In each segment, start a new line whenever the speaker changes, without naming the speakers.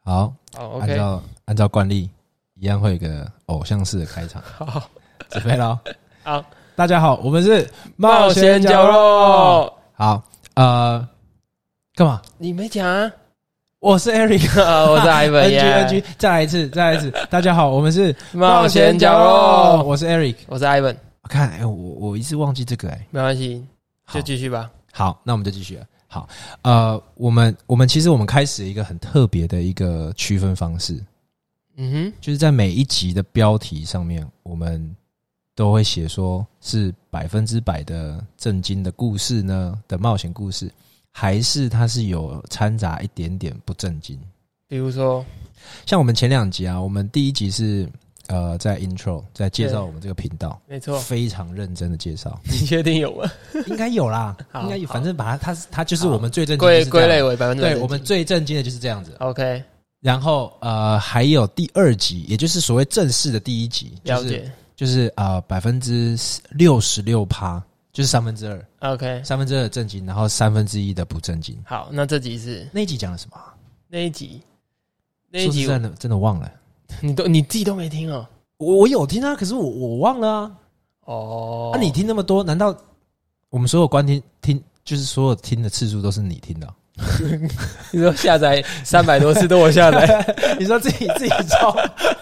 好，按
好哦，OK，
照按照惯例，一样会有一个偶像式的开场，
好，
准备喽。
好，
大家好，我们是
冒险角。落，
好，呃，干嘛？
你没讲啊？
我是 Eric。
我是 Ivan
N G N
耶
G，，再来一次，再 来一次。大家好，我们是
冒险角落，
我是 Eric。
我是 Ivan，
我看，哎、我我一直忘记这个、哎，
没关系，
好
就继续吧。
好，那我们就继续了。好，呃，我们我们其实我们开始一个很特别的一个区分方式，
嗯
就是在每一集的标题上面，我们都会写说是百分之百的震惊的故事呢的冒险故事，还是它是有掺杂一点点不震惊。
哼，比如说，
像我们前两集啊，我们第一集是呃在 intro 在介绍
对
我们这个频道，
没错，
非常认真的介绍，
你确定有 吗？
应该有啦，
好
应该有，
好
反正把它它是它就是
好
我们最震惊的
归
是这
归
样
类为百分之百
对
正经。
我们最震惊的就是这样子。
OK
然后呃还有第二集，也就是所谓正式的第一集，就
了
是
解
就是呃百分之六十六趴，就是三分之二，
，OK，
三分之二的震惊，然后三分之一的不震惊。
好，那这集是
那一集讲了什么啊？
那一集，那一
说
集
实在的，真的忘了。
你都你自己都没听哦。
我我有听啊，可是我我忘了啊。
哦，
啊，你听那么多，难道我们所有观听听就是所有听的次数都是你听的啊？
你说下载三百多次都我下载，
你说自己自己抄？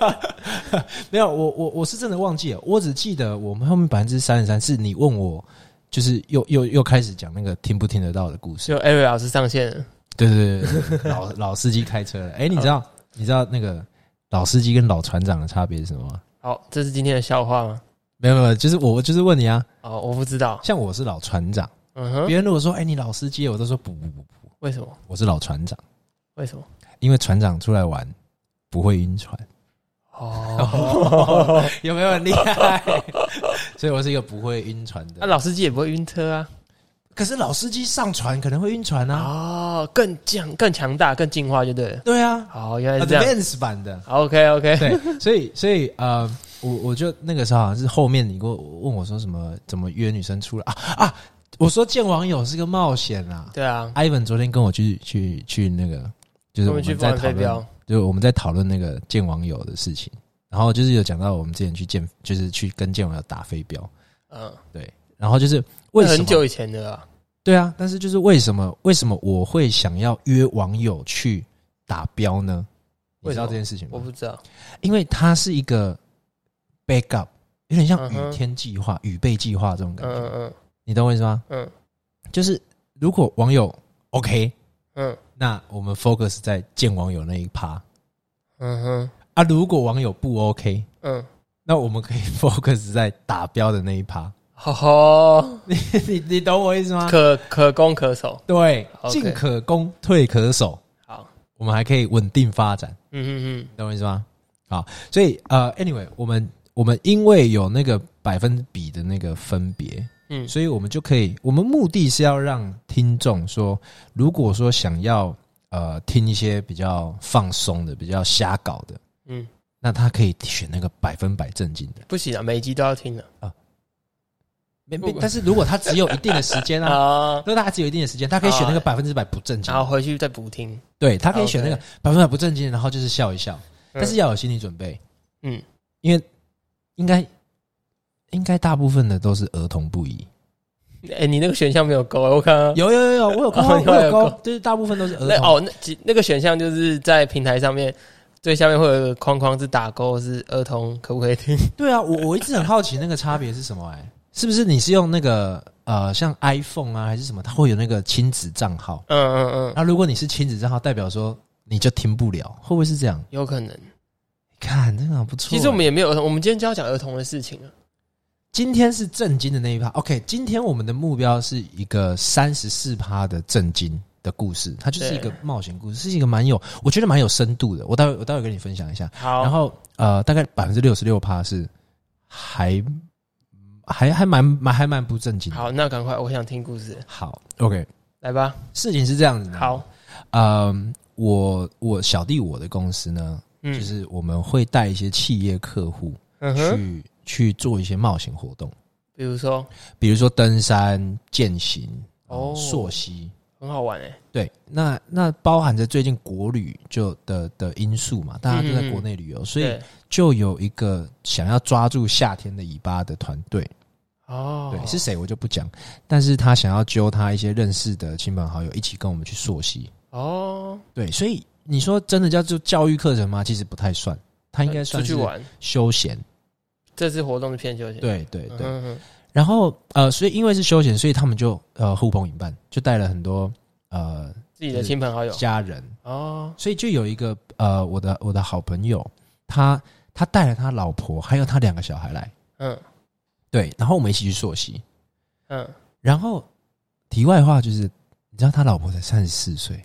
没有，我我我是真的忘记了，我只记得我们后面百分之三十三是你问我，就是又又又开始讲那个听不听得到的故事。
就 Ariel 老师上线了。
对对对对，老老司机开车了。哎、你知道你知道那个老司机跟老船长的差别是什么吗？
好，这是今天的笑话吗？
没有没有，就是我就是问你啊，
哦，我不知道。
像我是老船长，
嗯哼，
别人如果说哎、你老司机，我都说不不不不，
为什么？
我是老船长，
为什么？
因为船长出来玩不会晕船，
哦，
有没有很厉害？所以我是一个不会晕船
那、
的。
啊老司机也不会晕车啊。
可是老司机上船可能会晕船啊，
哦，更强、更强大、更进化就对了。
对啊
哦，原来是这样。
，advance 版的。
OK OK，
对，所以所以呃，我我就那个时候好像是后面你给我问我说什么怎么约女生出来啊啊，我说见网友是个冒险啊。
对啊，
Ivan 昨天跟我去去去那个，就是我
我们
们
去
在
玩
讨
飞
论，
镖。
就是我们在讨论那个见网友的事情，然后就是有讲到我们之前去见，就是去跟见网友打飞镖，
嗯，
然后就是为什
很
么？
久以前的了。
对啊，但是就是为什么为什么我会想要约网友去打标呢？你知道
为什么
这件事情吗
我？不知道。
因为它是一个 backup，有点像
嗯哼
雨天计划、雨备计划这种感
嗯
觉，
嗯
你懂我意思吗？
嗯
就是如果网友 OK，
嗯
那我们 focus 在见网友那一趴
嗯哼
啊；如果网友不 OK，
嗯，
那我们可以 focus 在打标的那一趴。
吼吼，
你你你懂我意思吗？
嗯可可攻可守。
对，
OK
进可攻，退可守，
好，
我们还可以稳定发展。
嗯嗯
懂我意思吗？好，所以呃，anyway，我们我们因为有那个百分比的那个分别，
嗯
所以我们就可以，我们目的是要让听众说，如果说想要呃听一些比较放松的、比较瞎搞的，
嗯嗯，
那他可以选那个百分百正经的。
不行啊，每一集都要听的
没
不
没，但是如果他只有一定的时间啊，
啊
如。果他只有一定的时间，他可以选那个
啊
百分之百不正经
然
的。
后回去再补听。
对他可以选那个
OK
百分之百不正经的，然后就是笑一笑，
嗯
但是要有心理准备。
嗯，
因为应该应该大部分的都是儿童不宜。
哎、你那个选项没有勾，我看啊
有有有有，我有
哦
高，
你有
我有高
有，
就是大部分都是儿
那
童。
哦，那几那个选项就是在平台上面最下面会有一个框框是打勾，是儿童可不可 以听？
对啊，我我一直很好奇那个差别是什么哎、是不是你是用那个呃像 iPhone 啊还是什么，它会有那个亲子账号？
嗯嗯嗯，
那如果你是亲子账号，代表说你就听不了，会不会是这样？
有可能。
看，这个很不错欸、
其实我们也没有儿童，我们今天就要讲儿童的事情啊。
今天是震惊的那一趴。OK，今天我们的目标是一个三十四趴的震惊的故事，它就是一个
对
冒险故事，是一个蛮有，我觉得蛮有深度的。我待会我待会跟你分享一下。
好，
然后呃，大概百分之六十六趴是还还还蛮蛮还蛮不正经的。
好，那赶快，我想听故事，
好，OK，
来吧。
事情是这样子。，
好，
嗯、我我小弟我的公司呢，
嗯，
就是我们会带一些企业客户
嗯
去、
哼，
去做一些冒险活动。
比如说
比如说登山、健行、
哦
哦、溯溪，
很好玩哎。
对，那那包含着最近国旅就的的因素嘛，大家都在国内旅游，所以
嗯对
就有一个想要抓住夏天的尾巴的团队，
哦，
对，是谁我就不讲，但是他想要揪他一些认识的亲朋好友一起跟我们去溯溪，
哦，
对，所以你说真的叫做教育课程吗？其实不太算，他应该
呃出
算
去
是
玩。
休闲，
这次活动是偏休闲，
对对
嗯
对，
哼哼，
然后呃，所以因为是休闲，所以他们就呃呼朋引伴，就带了很多呃
自己的亲朋好友
家人，
哦，
所以就有一个呃我的我的好朋友，他他带了他老婆还有他两个小孩来，
嗯
对，然后我们一起去溯溪。
嗯，
然后题外话就是，你知道他老婆才三十四岁，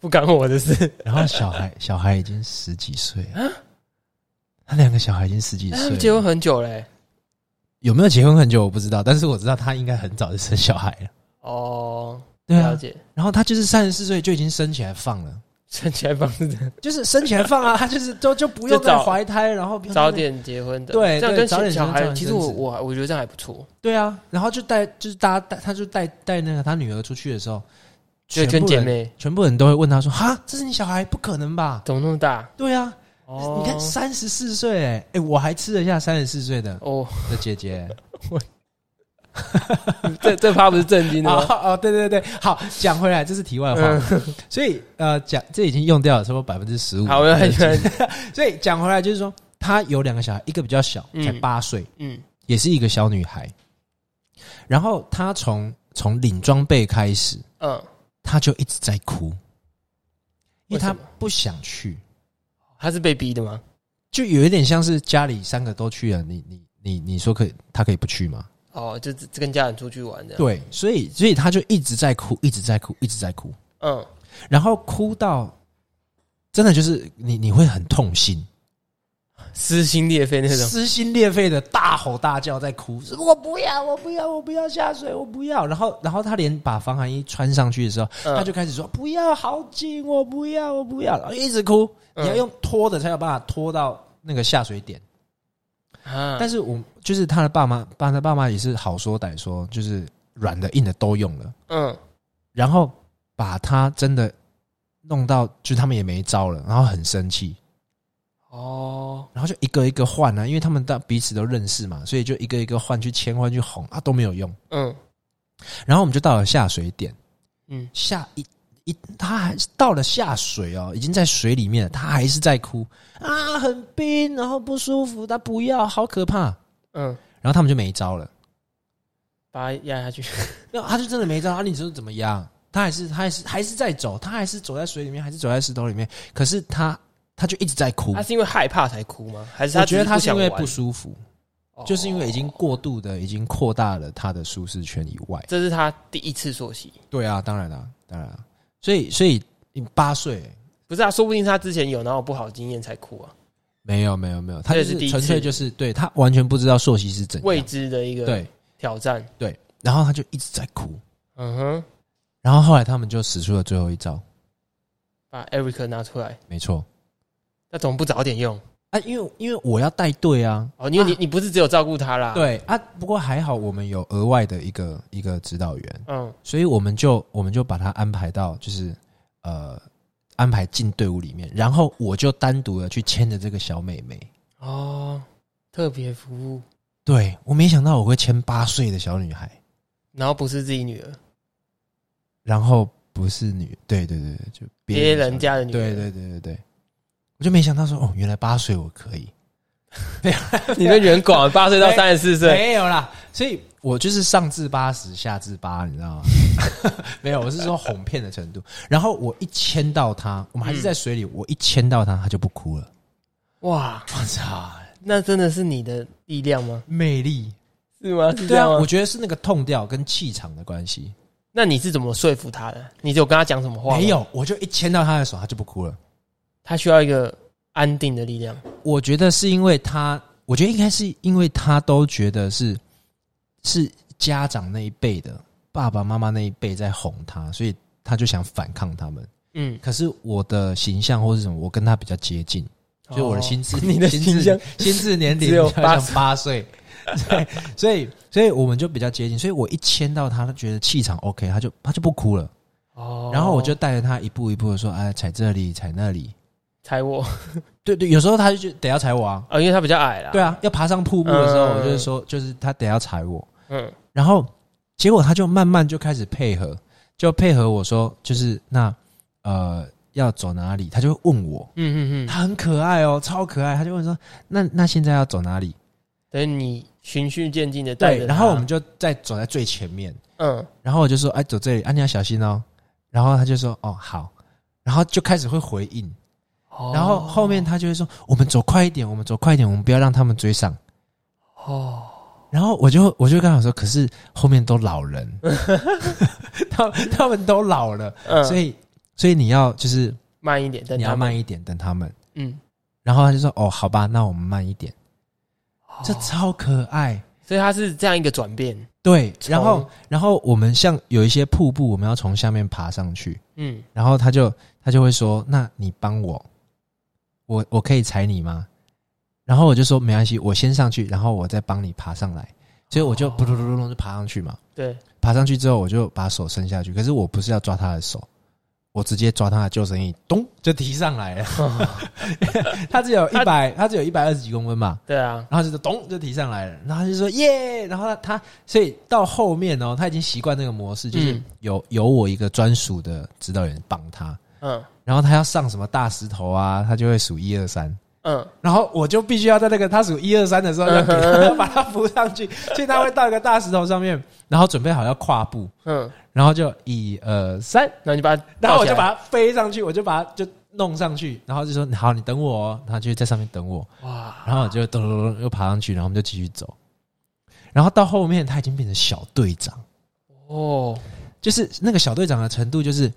不干我 的事，
然后小孩小孩已经十几岁了，他两个小孩已经十几
哎他
岁
们
了，
结婚很久嘞、
有没有结婚很久我不知道，但是我知道他应该很早就生小孩了。
哦，
对
了
啊，
解，
然后他就是三十四岁就已经生起来放了。
生 起来房子的，
就是生起来放啊，他就是都就不用
就
再
早
怀胎，然后不用再
早点结婚的，
对
这样
对
跟
早点
小
生早
孩，
点
其实我
生子
我我觉得这样还不错，
对啊，然后就带就是大家带他就带带那个他女儿出去的时候，
就
全
跟
部
姐
人
妹
全部人都会问他说哈，这是你小孩？不可能吧？
怎么那么大？
对啊，
哦，
你看三十四岁，哎、哎，我还吃得下三十四岁的
哦，
的姐 姐。
这这趴不是正经 的
哦
吗？嗯
哦，对对对，好，讲回来，这是题外话。所以呃，讲这已经用掉了差不多百分之十五。
好，我很喜欢，
所以讲回来就是说，他有两个小孩，一个比较小，
嗯
才八岁，
嗯，
也是一个小女孩。然后她从从领装备开始，
嗯，
她就一直在哭，因为
为
她
什么
不想去，
他是被逼的吗？
就有一点像是家里三个都去了，你你你你说可以，她可以不去吗？
哦，就只跟家人出去玩这样，
对，所以所以她就一直在哭，一直在哭，一直在哭，
嗯，
然后哭到真的就是你你会很痛心，
撕心裂肺那 种，
撕心裂肺的大吼大叫在哭，说我不要，我不要，我不要下水，我不要。然后然后她连把防寒衣穿上去的时候，
嗯
他就开始说不要，好紧，我不要，我不要，然后一直哭。
嗯
你要用拖的才有办法拖到那个下水点。
啊，
但是我就是他的爸妈，爸他爸妈也是好说歹说，就是软的硬的都用了，
嗯，
然后把他真的弄到，就是他们也没招了，然后很生气，
哦，
然后就一个一个换啊，因为他们到彼此都认识嘛，所以就一个一个换去牵换去哄啊都没有用。
嗯
然后我们就到了下水点，
嗯，
下一一，他还是到了下水哦，已经在水里面了，他还是在哭啊，很冰，然后不舒服，他不要，好可怕。
嗯，
然后他们就没招了，
把他压下去，
那他就真的没招。啊，你说怎么样？他还是他还是还是在走，他还是走在水里面，还是走在石头里面。可是他他就一直在哭
他。是因为害怕才哭吗？还是
我
他
觉得他
他
是因为不舒服，
服
就是因为已经过度的已经扩大了他的舒适圈以外。
哦这是他第一次溯溪，
对啊，当然啦、当然啦、所以所以你八岁
不是啊，说不定是他之前有然后不好经验才哭啊，
没有没有没有，他就
这是第
是
一
纯粹
次
就是对他完全不知道朔溪是怎
未
样，
知的一个
啊对，
挑战。
然后他就一直在哭，
嗯哼，
然后后来他们就使出了最后一招，
把 Eric 拿出来，
没错
那怎么不早点用？
啊，因为因为我要带队啊，
哦，因为你、
啊
你不是只有照顾他啦，，
对啊，不过还好我们有额外的一个一个指导员，
嗯，
所以我们就我们就把他安排到就是呃安排进队伍里面，然后我就单独的去牵着这个小妹妹，
哦，特别服务，
对我没想到我会牵八岁的小女孩，
然后不是自己女儿，
然后不是女，对对对对，就
别
小
人
女
家的女儿，
对对对对对，我就没想到说哦，原来八岁我可以，
你的远广，八岁到三十四 岁，
没有啦，所以我就是上至八十，下至八，你知道吗？没有，我是说哄骗的程度。然后我一牵到他，我们还是在水里，我一牵到他，他就不哭了。
哇，
我操，
那真的是你的力量吗？
魅力！
是吗？是这
对啊，
样吗？
我觉得是那个痛调跟气场的关系。
那你是怎么说服他的？你有跟他讲什么话？
没，有，我就一牵到他的手，他就不哭了。
他需要一个安定的力量。
我觉得是因为他，我觉得应该是因为他都觉得是是家长那一辈的爸爸妈妈那一辈在哄他，所以他就想反抗他们。
嗯，
可是我的形象或是什么，我跟他比较接近，所以我的心智、
哦 你的
心
形
智
象，
心智年龄
只有
比较
八
像八岁， 对，所以所以我们就比较接近，所以我一牵到他，他觉得气场 OK，他就他就不哭了，哦
哦
然后我就带着他一步一步的说，哎，踩这里，踩那里。
踩我
对对，有时候他就觉得得要踩我啊，
啊，因为他比较矮啦。
对啊，要爬上瀑布的时候，
嗯
我就是说，就是他得要踩我。
嗯，
然后结果他就慢慢就开始配合，就配合我说，就是那呃要走哪里，他就会问我，
嗯嗯嗯，
他很可爱哦，超可爱，他就问说，那那现在要走哪里？
等于你循序渐进的带
对，
着他。
然后我们就再走在最前面，
嗯，
然后我就说，哎，走这里，啊，你要小心哦。然后他就说，哦，好。然后就开始会回应，
哦
然后后面他就会说，我们走快一点，我们走快一点，我们不要让他们追上。
哦，
然后我就我就跟他说，可是后面都老 人，他他们都老了，
嗯，
所以所以你要就是
慢一点，等
你要
他们，
慢一点，等他们。
嗯，
然后他就说，哦，好吧，那我们慢一点。这
哦
超可爱，
所以它是这样一个转变。
对。
从
然后然后我们像有一些瀑布，我们要从下面爬上去，
嗯，
然后他就他就会说，那你帮我，我我可以踩你吗？然后我就说没关系，我先上去，然后我再帮你爬上来。所以我就
哦
扑噜噜噜噜就爬上去嘛。
对，
爬上去之后，我就把手伸下去，可是我不是要抓他的手，我直接抓他的救生衣，咚就提上来了。他只有一百，他只有一百二十几公分嘛，
对啊，
然后就咚就提上来了，然后他就说耶，然后他他所以到后面哦，他已经习惯这个模式，就是
嗯
有、有我一个专属的指导员帮他，
嗯
然后他要上什么大石头啊，他就会数一二三，
嗯，
然后我就必须要在那个他数一二三的时候，要给他 把他扶上去，所以他会到一个大石头上面，然后准备好要跨步，
嗯，
然后就一二三，
三，哎然后你把它，
然后我就，把它飞上去，我就把它就弄上去，然后就说好，你等我、哦，然后就在上面等我，
哇，
然后我就咚咚咚又爬上去，然后我们就继续走，然后到后面他已经变成小队长，
哦，
就是那个小队长的程度，就是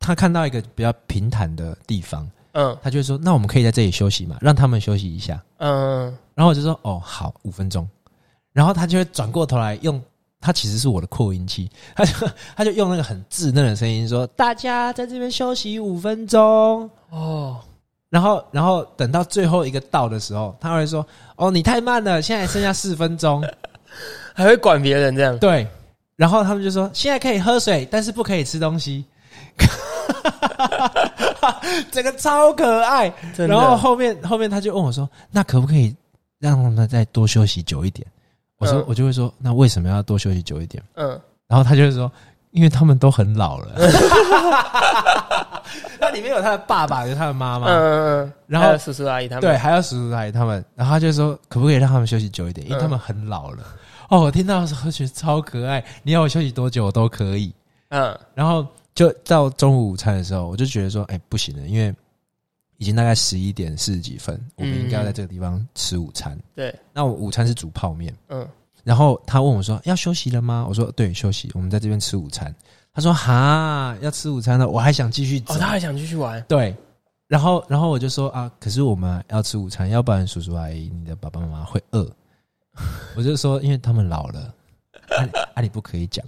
他看到一个比较平坦的地方，
嗯
他就会说那我们可以在这里休息嘛，让他们休息一下，
嗯，
然后我就说哦好，五分钟。然后他就会转过头来用，他其实是我的扩音器，他就他就用那个很稚嫩的声音说：“大家在这边休息五分钟。
哦，”
然后，然后等到最后一个到的时候，他会说：“哦，你太慢了，现在剩下四分钟。
还会管别人这样”，
对，然后他们就说：“现在可以喝水，但是不可以吃东西。” 整个超可爱。
真的
然后后面后面他就问我说：“那可不可以让他们再多休息久一点？”我说、
嗯
我就会说：“那为什么要多休息久一点
嗯，？”
然后他就会说：“因为他们都很老 了。” 那里面有他的爸爸，有他的妈
嗯
妈，
嗯嗯，
然后
还有叔叔阿姨他们，
对，，还有叔叔阿姨他们。然后他就说：“可不可以让他们休息久一点？因为
嗯
他们很老了。哦，我听到的时候觉得超可爱。你要我休息多久我都可以。
嗯
然后就到中午午餐的时候，我就觉得说，哎、不行了，因为已经大概十一点四十几分，我们应该要在这个地方吃午餐。
对，
那我午餐是煮泡面，
嗯，
然后他问我说要休息了吗？我说哦对，休息，我们在这边吃午餐。他说哈，要吃午餐了，我还想继续走。
哦，他还想继续玩，
对，然后然后我就说啊，可是我们要吃午餐，要不然叔叔阿姨、你的爸爸妈妈会饿。 我就说，因为他们老了，啊你啊你不可以讲。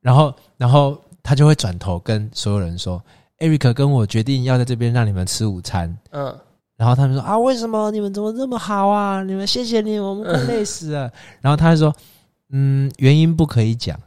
然后然后他就会转头跟所有人说，Eric 跟我决定要在这边让你们吃午餐。
嗯，
然后他们说啊，为什么你们怎么这么好啊？你们谢谢你，我们快累死了。 然后他就说，嗯，原因不可以讲。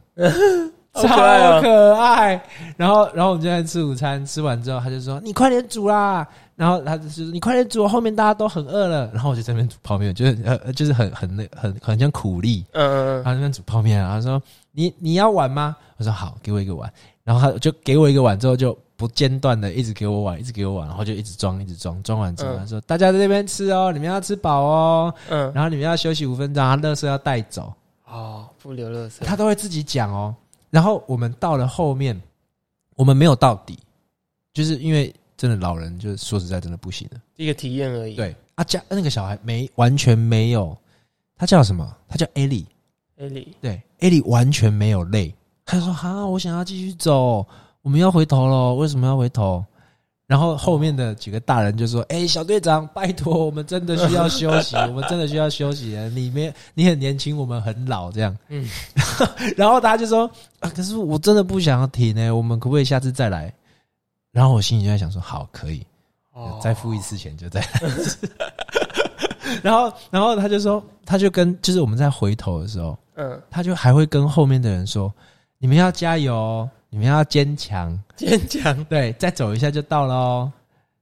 好可爱哦
超可爱。然后，然后我们就在吃午餐，吃完之后，他就说：“你快点煮啦！”然后他就说：“你快点煮，后面大家都很饿了。”然后我就在那边煮泡面，就是呃，就是很很那很很像苦力。
嗯嗯
然后在那边煮泡面，然后说：“你你要碗吗？”我说：“好，给我一个碗。”然后他就给我一个碗，之后就不间断的一直给我碗，一直给我碗，然后就一直装，一直装。装完之后，
嗯
他说：“大家在这边吃哦，你们要吃饱哦，
嗯嗯，
然后你们要休息五分钟，他垃圾要带走。”
哦，不留乐色，
他都会自己讲哦。然后我们到了后面，我们没有到底，就是因为真的老人，就是说实在真的不行了。
一个体验而已，，
对啊，家那个小孩没完全没有，他叫什么？他叫 Ellie，
艾莉，
对，Ellie 完全没有累，他就说：“哈，我想要继续走，我们要回头了，为什么要回头？”然后后面的几个大人就说：“哎、小队长，拜托，我们真的需要休息，我们真的需要休息了。你没，你很年轻，我们很老，这样。”嗯
嗯，
然后他就说：“啊，可是我真的不想要停呢、我们可不可以下次再来？”然后我心里就在想说：“好，可以，
哦，
再付一次钱就再来。 然后，然后他就说，他就跟就是我们在回头的时候，
嗯，
他就还会跟后面的人说：“你们要加油哦，你你们要坚强，
坚强。
对，再走一下就到了哦。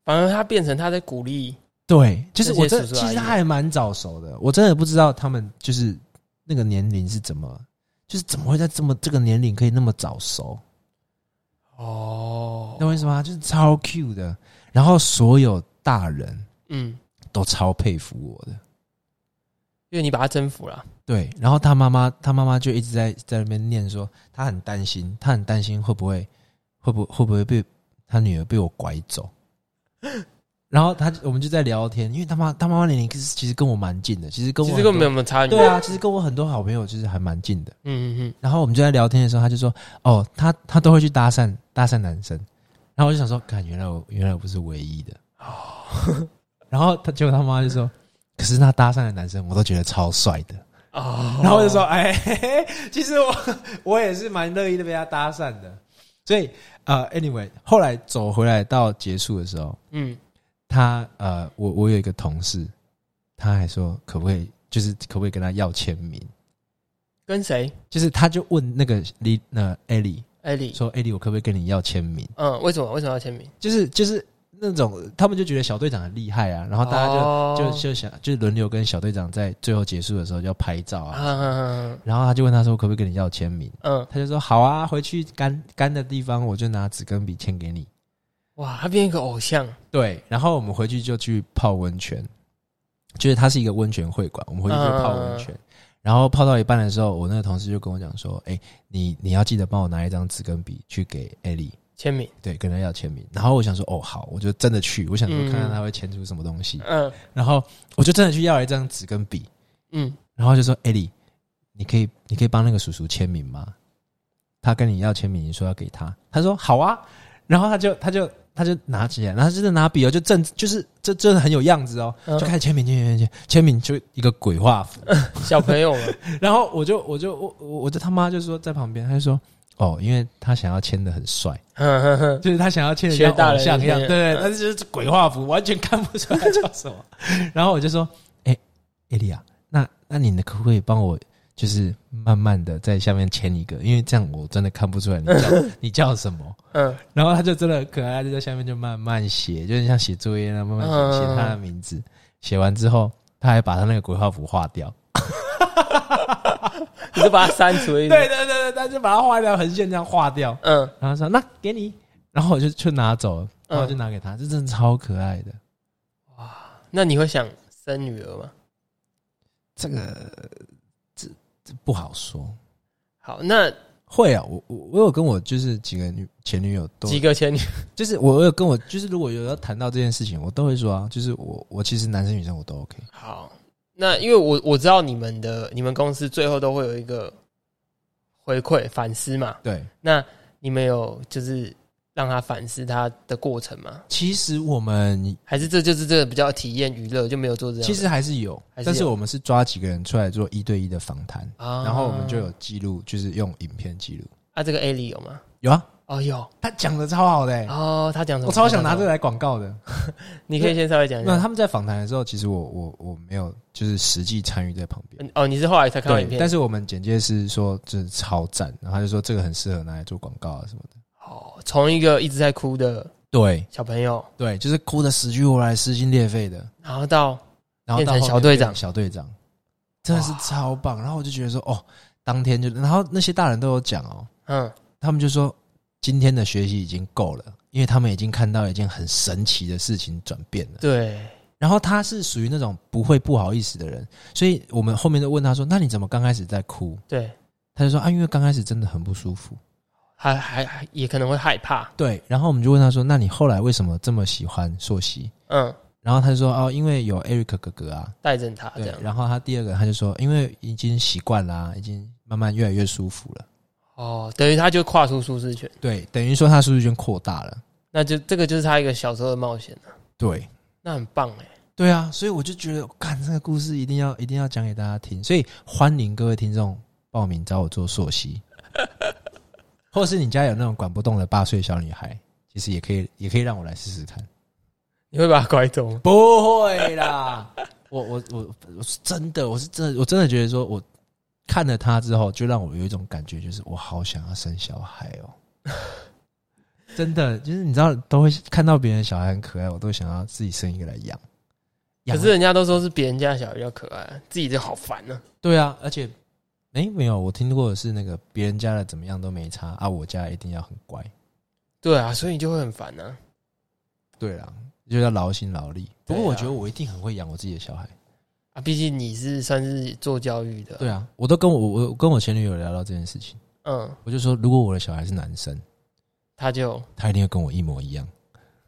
反而他变成他在鼓励，
对，就是我这
这些叔叔
其
阿姨
实他还蛮早熟的，我真的不知道他们就是那个年龄是怎么，就是怎么会在这么这个年龄可以那么早熟，
哦，
懂我意思吗？就是超 Q 的，然后所有大人
嗯，
都超佩服我的。
因为你把他征服了，
对，然后他妈妈，他妈妈就一直在在那边念说，他很担心，他很担心会不会会不会不会被他女儿被我拐走。然后他我们就在聊天，因为他妈他妈妈年龄其实其实跟我蛮近的，其实跟我
其实
很
根本
多
没有什么差距。
对啊，其实跟我很多好朋友就是还蛮近的。
嗯，嗯嗯
然后我们就在聊天的时候，他就说：“哦，他他都会去搭讪搭讪男生。”然后我就想说：“看，原来我原来我不是唯一的。” 哦。然后他结果他妈就说：“可是那搭讪的男生我都觉得超帅的。
嗯，哦，
然后我就说：“哎，嘿嘿其实我我也是蛮乐意的被他搭讪的。”所以呃，anyway，后来走回来到结束的时候，
嗯，
他呃，我我有一个同事，他还说可不可以，就是可不可以跟他要签名？
跟谁？
就是他就问那个李那艾莉
艾丽。
说：“艾莉，我可不可以跟你要签名
嗯，为什么为什么要签名？？”
就是就是那种他们就觉得小队长很厉害啊，然后大家就、
哦
就就想就轮流跟小队长在最后结束的时候就要拍照
啊
啊，
啊啊
然后他就问他说：“我可不可以跟你要签名？”
嗯，
他就说：“好啊，回去干干的地方我就拿纸跟笔签给你。
哇，他变一个偶像，”
对，然后我们回去就去泡温泉，就是它是一个温泉会馆，我们回去就泡温泉。然后泡到一半的时候，我那个同事就跟我讲说：“哎、你你要记得帮我拿一张纸跟笔去给艾莉。”
签名，
对，跟他要签名。然后我想说，哦，好，我就真的去，我想说
嗯
看看他会签出什么东西。
嗯
然后我就真的去要了一张纸跟笔，
嗯，
然后就说：“艾莉，你可以，你可以帮那个叔叔签名吗？他跟你要签名，你说要给他，他说好啊。然后他就他就他就拿起来，然后他真的拿笔哦，就正就是这真的很有样子哦，
嗯
就开始签名签名签名签名，就一个鬼画符。
小朋友嘛，
然后我就我就我我我的他妈就说在旁边，他就说哦，因为他想要签的很帅。”
嗯哼哼，
就是他想要切
学
人家
大
偶
人
像一样，
一
对
点
对，
嗯
但是就是鬼画符，完全看不出来叫什 么。然后我就说：“哎、艾莉啊，那那你可不可以帮我，就是慢慢的在下面签一个，因为这样我真的看不出来你叫 你叫什么。”
嗯
然后他就真的很可爱，他就在下面就慢慢写，就很像写作业那样慢慢写
嗯
写他的名字。写完之后，他还把他那个鬼画符画掉。
你就把它删除
对
一
对
点，
对对，他就把它画一条横线这样画掉。
嗯，
然后他说：“那给你。”然后我就去拿走了，然后我就
嗯
拿给他，这真的超可爱的。
那你会想生女儿吗？
这个这这不好说。
好，那
会啊，我我我有跟我就是几个女前女友都
几，个前女，
就是我有跟我就是如果有要谈到这件事情，我都会说啊，就是我我其实男生女生我都 OK。
好，那因为我我知道你们的你们公司最后都会有一个回馈反思嘛，
对，
那你们有就是让他反思他的过程吗？
其实我们
还是这就是这个比较体验娱乐就没有做这样的？
其实还是有，
还是有
但是我们是抓几个人出来做一对一的访谈，
啊，
然后我们就有记录，就是用影片记录。
啊，这个 A 里有吗？
有啊，
哦，有
他讲的超好的、欸，
哦，他讲什么？
我超想拿这
他讲哎
个
什么，
来广告的。
你可以先稍微讲一
那
下。
他们在访谈的时候，其实我我我没有就是实际参与在旁边。
嗯哦，你是后来才看到
对，
影片，
但
是
是我们简介是说这是超赞，然后他就说这个很适合拿来做广告啊什么的。
哦，从一个一直在哭的
对
小朋友，
对，就是哭的死去活来、撕心裂肺的，
然后到
然后到后
变成
面
小队长
变成小队长真的是超棒。然后我就觉得说，哦，当天就，然后那些大人都有讲哦，
嗯
他们就说今天的学习已经够了，因为他们已经看到一件很神奇的事情转变了。
对，
然后他是属于那种不会不好意思的人，所以我们后面就问他说，那你怎么刚开始在哭？
对，
他就说啊，因为刚开始真的很不舒服。
还还还也可能会害怕，
对，然后我们就问他说：“那你后来为什么这么喜欢朔溪
嗯，？”
然后他就说：“哦，因为有 Eric 哥哥啊。
带着他”这
对
样，，
然后他第二个他就说：“因为已经习惯啦、已经慢慢越来越舒服了。
哦，等于他就跨出舒适圈，”
对，等于说他舒适圈扩大了。
那就这个就是他一个小时候的冒险了，
对，
那很棒哎，
对啊，所以我就觉得，看这个故事一定要一定要讲给大家听，所以欢迎各位听众报名找我做朔溪， 或者是你家有那种管不动的八岁小女孩，其实也可以也可以让我来试试看。
你会把他拐走吗？
不会啦， 我我我我是真的，我是真的，我真的觉得说，我看了他之后，就让我有一种感觉，就是我好想要生小孩哦。 真的就是你知道，都会看到别人的小孩很可爱，我都想要自己生一个来养。
可
养
是人家都说是别人家的小孩比较可爱，啊自己就好烦呢、
对啊，而且哎、诶没有，我听过的是那个别人家的怎么样都没差啊，我家一定要很乖。
对啊，所以你就会很烦呢、
对啦，就要劳心劳力。不过
对啊
我觉得我一定很会养我自己的小孩。
啊。毕竟你是算是做教育的，
对啊，我都跟我我我跟我前女友聊到这件事情，
嗯，
我就说如果我的小孩是男生，
他就
他一定会跟我一模一样。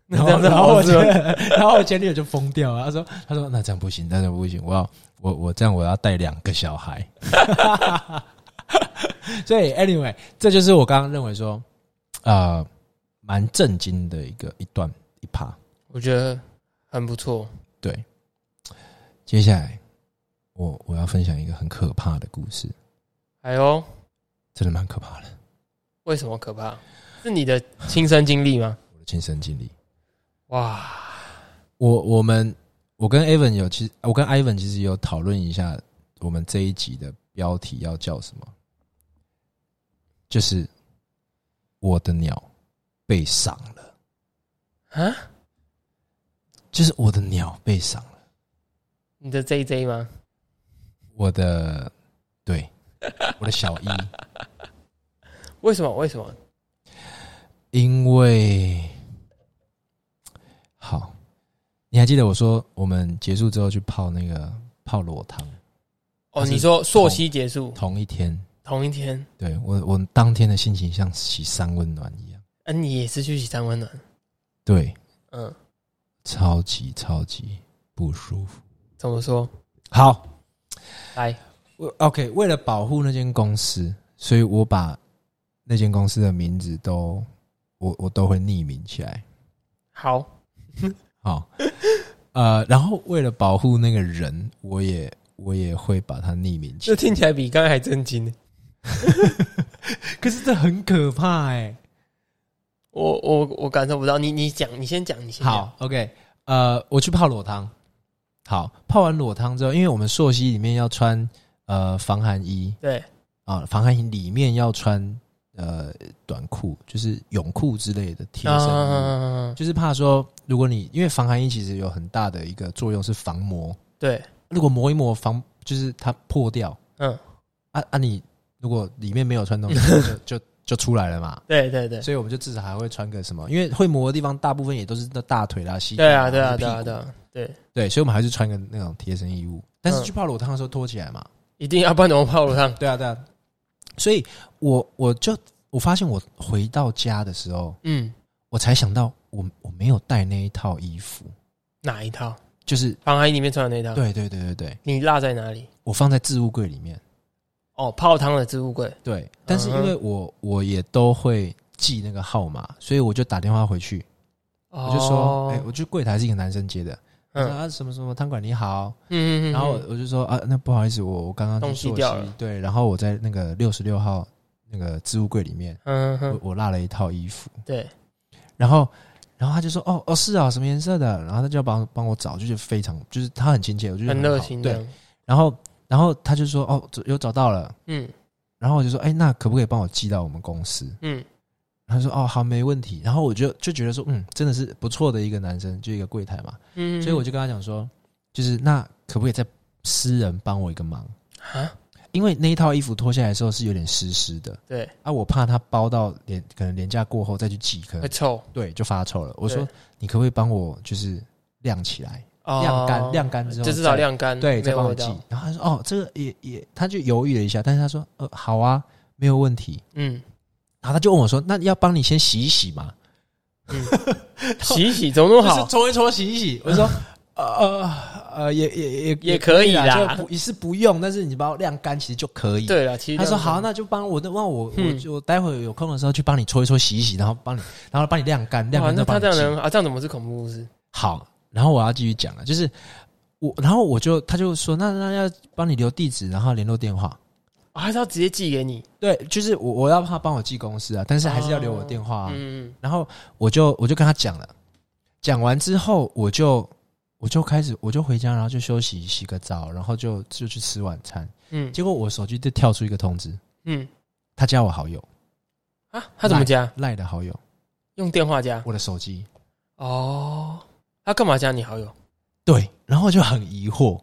那这样 子
然后
好
我前
是吗
然后我前女友就疯掉了，她说她说那这样不行，那这样不行，我要我我这样我要带两个小孩。 所以 anyway，这就是我刚刚认为说，呃，蛮震惊的一个一段一趴。
我觉得很不错。
对，接下来我我要分享一个很可怕的故事，
哎呦，
真的蛮可怕的，
为什么可怕？是你的亲身经历吗？
我的亲身经历。
哇，
我我们我跟 Evan 有其实我跟 Ivan 其实有讨论一下我们这一集的标题要叫什么，就是我的鸟被赏了，
啊，
就是我的鸟被赏了，
你的 J J 吗？
我的对我的小一，
为什么？为什么？
因为好，你还记得我说我们结束之后去泡那个泡裸汤，
哦，
他是
你说朔溪结束
同一天，
同一天，
对我我当天的心情像洗三温暖一样。
啊，你也是去洗三温暖，
对，
嗯，
超级超级不舒服。
怎么说？
好，
来，
我 OK，为了保护那间公司，所以我把那间公司的名字都我我都会匿名起来。
好，
好， 呃，然后为了保护那个人，我也我也会把它匿名起
这
来。
听起来比刚才还震惊。
可是这很可怕哎、
我我我感受不到，你你讲，你先讲，你先讲。啊
好，OK，呃，我去泡裸汤。好，泡完裸汤之后，因为我们溯溪里面要穿呃防寒衣，
对，
啊，防寒衣里面要穿呃短裤，就是泳裤之类的贴身衣，
啊，
就是怕说如果你因为防寒衣其实有很大的一个作用是防磨，
对，
如果磨一磨防就是它破掉
嗯，
啊啊你如果里面没有穿东西就就就出来了嘛。
对对对，
所以我们就至少还会穿个什么，因为会磨的地方大部分也都是那大腿啦、膝盖
对啊
啦
对
或
啊
是
对啊
屁股
对啊，对，
对，所以我们还是穿个那种贴身衣物。但是去泡裸汤的时候脱起来嘛，
一定要不然怎么泡汤？
对啊，对
嗯
啊。所以我我就我发现我回到家的时候，
嗯，
我才想到我我没有带那一套衣服，
哪一套？
就是
防寒衣里面穿的那一套？
对对对对对，
你落在哪里？
我放在置物柜里面。
哦，泡汤的置物柜。
对，但是因为我我也都会记那个号码，所以我就打电话回去，
我
我就说，哎，我去柜台是一个男生接的，我说
哦嗯
啊什么什么汤管你好，
嗯嗯，
然后我就说啊那不好意思，我我刚刚去
东西
溯
掉
溪
了
对，然后我在那个六十六号那个置物柜里面，
嗯嗯
我我落了一套衣服。
对，
然后，然后他就说：“哦哦，是啊，什么颜色的？”然后他就要帮帮我找，就是非常，就是他很亲切，我觉得好
很热心
对，
的。
然后，然后他就说：“哦，这有找到了。
嗯”
然后我就说：“哎，那可不可以帮我寄到我们公司
嗯，？”
他说：“哦，好，没问题。”然后我就就觉得说：“嗯，真的是不错的一个男生，就一个柜台嘛。”
嗯，
所以我就跟他讲说：“就是那可不可以再私人帮我一个忙？
啊，
因为那一套衣服脱下来的时候是有点湿湿的
对，
啊，我怕它包到连可能廉价过后再去寄，可能
会臭。
对，就发臭了。我
哎对
说你可不可以帮我就是晾起来，
哦
晾干，晾干之后
就至少
再
晾干，
对，
没
再
有
帮我
味
寄
道。。
然后他说哦，这个也也，他就犹豫了一下，但是他说呃好啊，没有问题。
嗯，
然后他就问我说，那要帮你先洗一洗吗？
洗一洗怎么那
就
么
是
好？
搓一搓，洗一洗。我就 说。呃呃呃，也也也
也可以啦
就不也是不用，但是你把我晾干其实就可以。，
对了，其实
他说
晾干
好，那就帮我，那那我我
嗯
就我待会有空的时候去帮你搓一搓、洗一洗，然后帮你，然后帮你晾干，晾
哇，
干
那
再帮
他
你
这样
寄
能啊？这样怎么是恐怖故事？
好，然后我要继续讲了，就是我，然后我就他就说，那那要帮你留地址，然后联络电话。
啊还是要直接寄给你？
对，就是我我要他帮我寄公司啊，但是还是要留我电话啊。
嗯，
然后我就我就跟他讲了，讲完之后我就我就开始我就回家，然后就休息洗个澡，然后就就去吃晚餐。
嗯
结果我手机就跳出一个通知，
嗯，
他加我好友，
啊，他怎么加？
赖的好友，
用电话加？
我的手机。
哦，他干嘛加你好友？
对，然后我就很疑惑。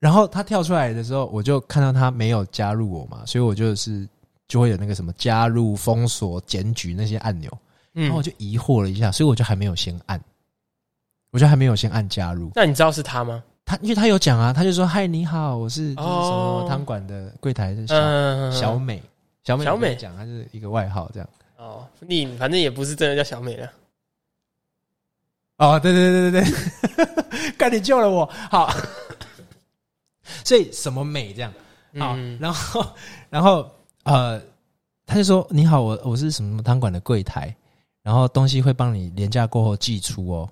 然后他跳出来的时候，我就看到他没有加入我嘛，所以我就是就会有那个什么加入、封锁、检举那些按钮，然
嗯
后我，就疑惑了一下，所以我就还没有先按，我就还没有先按加入。
那你知道是他吗？
他因为他有讲啊，他就说：“嗨，你好，我是就是什
哦
么汤馆的柜台是小、
嗯，
小美，小美
小美
有讲，他是一个外号这样。”
哦，你反正也不是真的叫小美了。
哦，对对对对对， 干你救了我，好。所以什么美这样好，
嗯，
然后然后呃，他就说：“你好，我我是什么什么汤馆的柜台，然后东西会帮你廉价过后寄出哦。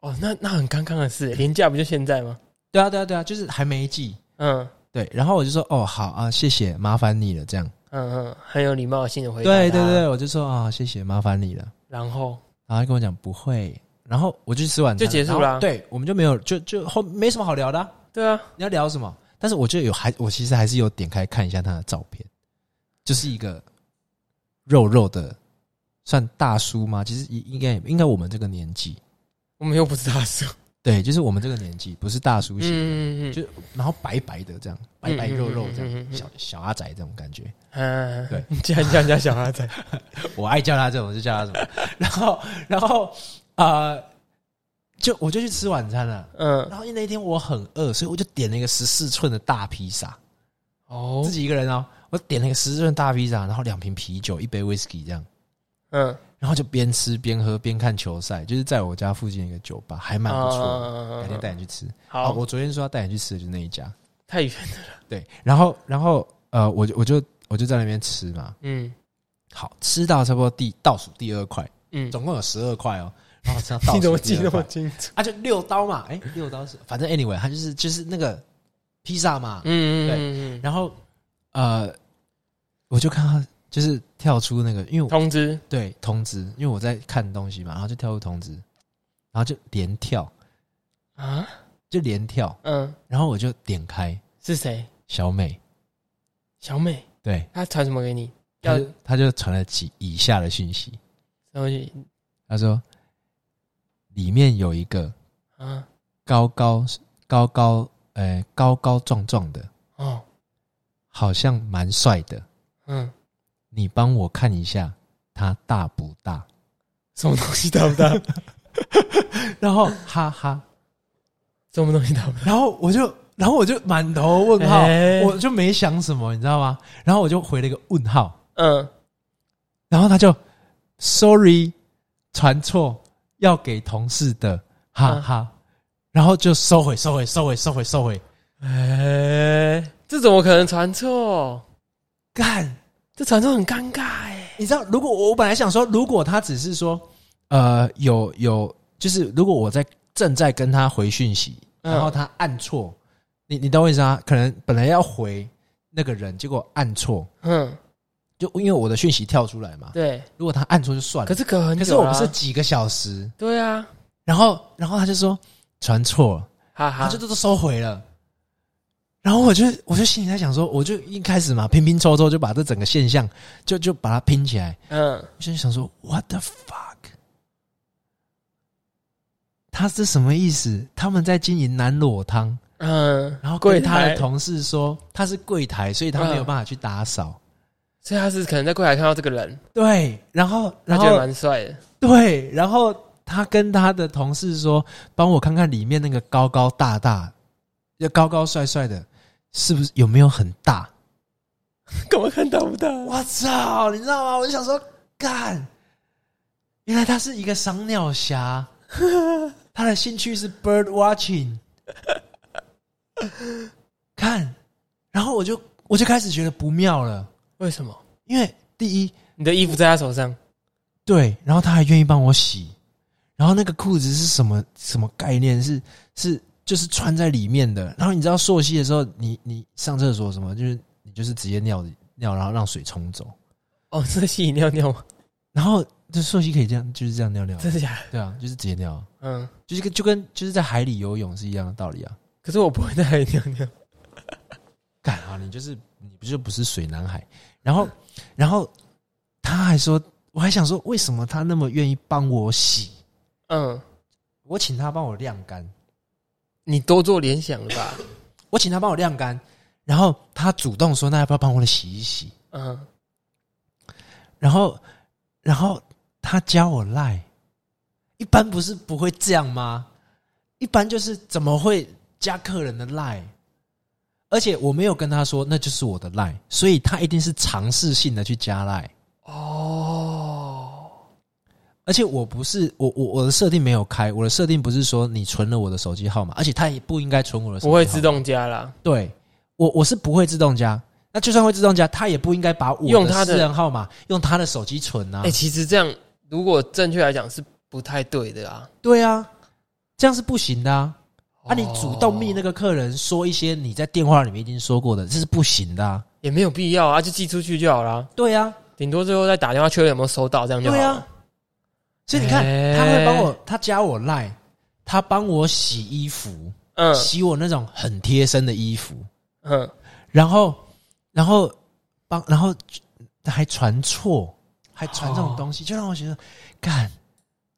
哦，那那很刚刚的事，廉价不就现在吗？”
对啊对啊对啊，就是还没寄。
嗯
对，然后我就说：“哦，好啊，谢谢，麻烦你了。”这样，
嗯嗯，很有礼貌性的回答。
对对对，。我就说：“啊、谢谢，麻烦你了。”
然后，
然后他跟我讲不会，然后我就吃晚餐
就结束了啊
然后对，我们就没有就就后没什么好聊的啊、
对啊，
你要聊什么？但是我就有还我其实还是有点开看一下他的照片，就是一个肉肉的，算大叔吗？其实应应该也应该我们这个年纪，
我们又不是他说。
对，就是我们这个年纪不是大叔型，
嗯嗯嗯，
就然后白白的这样，白白肉肉这
嗯嗯嗯嗯嗯
样，
嗯
小小阿仔这种感觉，
嗯，
对，
你竟然 叫人家小阿仔，
我爱叫他这种 就叫他什么，然后然后呃，就我就去吃晚餐了、
嗯，
然后因为那一天我很饿，所以我就点了一个十四寸的大披萨，
哦
自，己一个人哦，我点了一个十四寸大披萨，然后两瓶啤酒，一杯 whisky 这样，
嗯，
然后就边吃边喝边看球赛，就是在我家附近一个酒吧，还蛮不错的。改
嗯
天带你去吃。啊
好，
我昨天说要带你去吃的就是那一家，
太远，
对。然后，然后呃，我就我就我就在那边吃嘛，
嗯
好吃到差不多第倒数第二块，
嗯，
总共有十二块哦。然后吃到倒数
你怎么
第
记
二
那么
块
清楚？
啊，就六刀嘛，哎、六刀是，反正 anyway，它就是就是那个披萨嘛，
嗯嗯嗯
然后呃，我就看他就是跳出那个，因为
嗯，
我
通知，
对通知，因为我在看东西嘛，然后就跳出通知，然后就连跳，
啊，
就连跳，
嗯，
然后我就点开
是谁？
小美，
小美，
对，
她传什么给你？
他
要
就他就传了几以下的讯息，
什么去？
他说里面有一个
啊，
高高高高呃高高壮壮的，
哦，
好像蛮帅的，
嗯，
你帮我看一下他大不大？
什么东西打不打？
然后哈哈。
什么东西打不
然后我就，然后我就满头问号，
哎
我就没想什么，你知道吗？然后我就回了一个问号，
嗯，
然后他就，sorry，传错，要给同事的，
嗯
哈哈，然后就收回，收回，收回，收回，收回，
哎，这怎么可能传错？
干，
这传错很尴尬哎。
你知道，如果我我本来想说，如果他只是说，呃，有有，就是如果我在正在跟他回讯息，
嗯
然后他按错，你你懂我意思啊？可能本来要回那个人，结果按错。
嗯，
就因为我的讯息跳出来嘛，
对，
如果他按错就算了。
可是隔很
可是
久
我
了
们
啊。
是几个小时，
对啊，
然后然后他就说传错了，他
哈哈
就，都都收回了。然后我就我就心里在想说，我就一开始嘛拼拼凑凑就把这整个现象就就把它拼起来，
嗯，
我就想说 What the fuck？他是什么意思？他们在经营南裸汤，
嗯，
然后
柜
跟他的
台
同事说他是柜台，所以他没有
嗯
办法去打扫。
所以他是可能在柜台看到这个人，
对，然后
他
然
觉
后
得蛮帅的。
对，然后他跟他的同事说：“帮我看看里面那个高高大大、要高高帅帅的，是不是有没有很大
干嘛看打不打？？”
我操，你知道吗？我就想说，干，原来他是一个赏鸟 侠，他的兴趣是 bird watching。看，然后我就我就开始觉得不妙了，
为什么？
因为第一，
你的衣服在他手上？
对，然后他还愿意帮我洗，然后那个裤子是什么什么概念？是是就是穿在里面的。然后你知道溯溪的时候，你你上厕所什么，就是你就是直接尿尿，然后让水冲走。
哦，是吸引尿尿吗？
然后就溯溪可以这样，就是这样尿尿，
真的假的？
对啊，就是直接尿啊，
嗯，
就是跟就跟就是在海里游泳是一样的道理啊。
可是我不会在海里尿尿。
干啊，你就是你不就不是水男孩？然后然后他还说，我还想说，为什么他那么愿意帮我洗？
嗯，
我请他帮我晾干，
你多做联想了吧？
我请他帮我晾干，然后他主动说，那要不要帮我洗一洗？
嗯，
然后，然后他加我赖，一般不是不会这样吗？一般就是怎么会加客人的赖？而且我没有跟他说那就是我的赖，所以他一定是尝试性的去加赖。
嗯哦，
而且我不是我我我的设定没有开，我的设定不是说你存了我的手机号码，而且他也不应该存我的手机
不
号
会
码
自。动加啦。
对我我是不会自动加，那就算会自动加，他也不应该把我
用他的
私人号码用他的手机存啊。
哎、其实这样如果正确来讲是不太对的啊。
对啊，这样是不行的啊！
哦
啊，你主动密那
个
个客人说一些你在电话里面已经说过的，这是不行的啊！
也没有必要啊，就寄出去就好啦。
对啊，
顶多最后再打电话确认有没有收到，这样就好
对
了。
啊，所以你看，
哎
他会帮我，他加我赖，他帮我洗衣服，
嗯
洗我那种很贴身的衣服，
嗯，
然后，然后帮，然后还传错，还传这种东西，就让我觉得，干，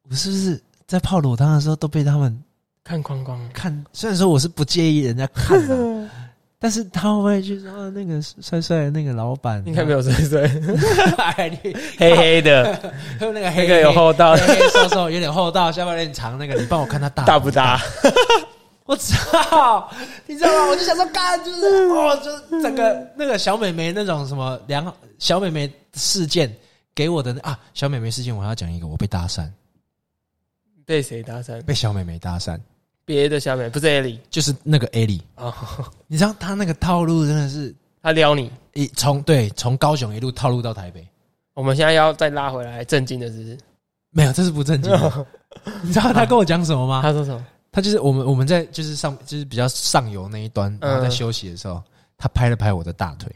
我是不是在泡裸汤的时候都被他们
看光光。
看，虽然说我是不介意人家看 的、但是他会不会去说、啊、那个帅帅的那个老板，啊
应该没有碎碎，
哎，你
黑黑 的，
还有那个黑黑
那个有厚道
黑， 黑瘦瘦，有点厚道，下巴有点长，那个你帮我看他大
大不？大？
我操，你知道 吗？我就想说，干就是哦，就是整个那个小美眉那种什么良好小美眉事件给我的那啊，小美眉事件我还要讲一个，我被搭讪，
被谁搭讪？
被小美眉搭讪，
别的下面不是 Ellie
就是那个 Ellie，
哦，
你知道她那个套路真的是
他撩你。
一从对从高雄一路套路到台北。
我们现在要再拉回来正经的，是 不是？
没有，这是不正经的。
嗯
你知道他跟我讲什么吗？
他说什么？
他就是我们我们在就是上就是比较上游那一端，
嗯
然后在休息的时候，他拍了拍我的大腿，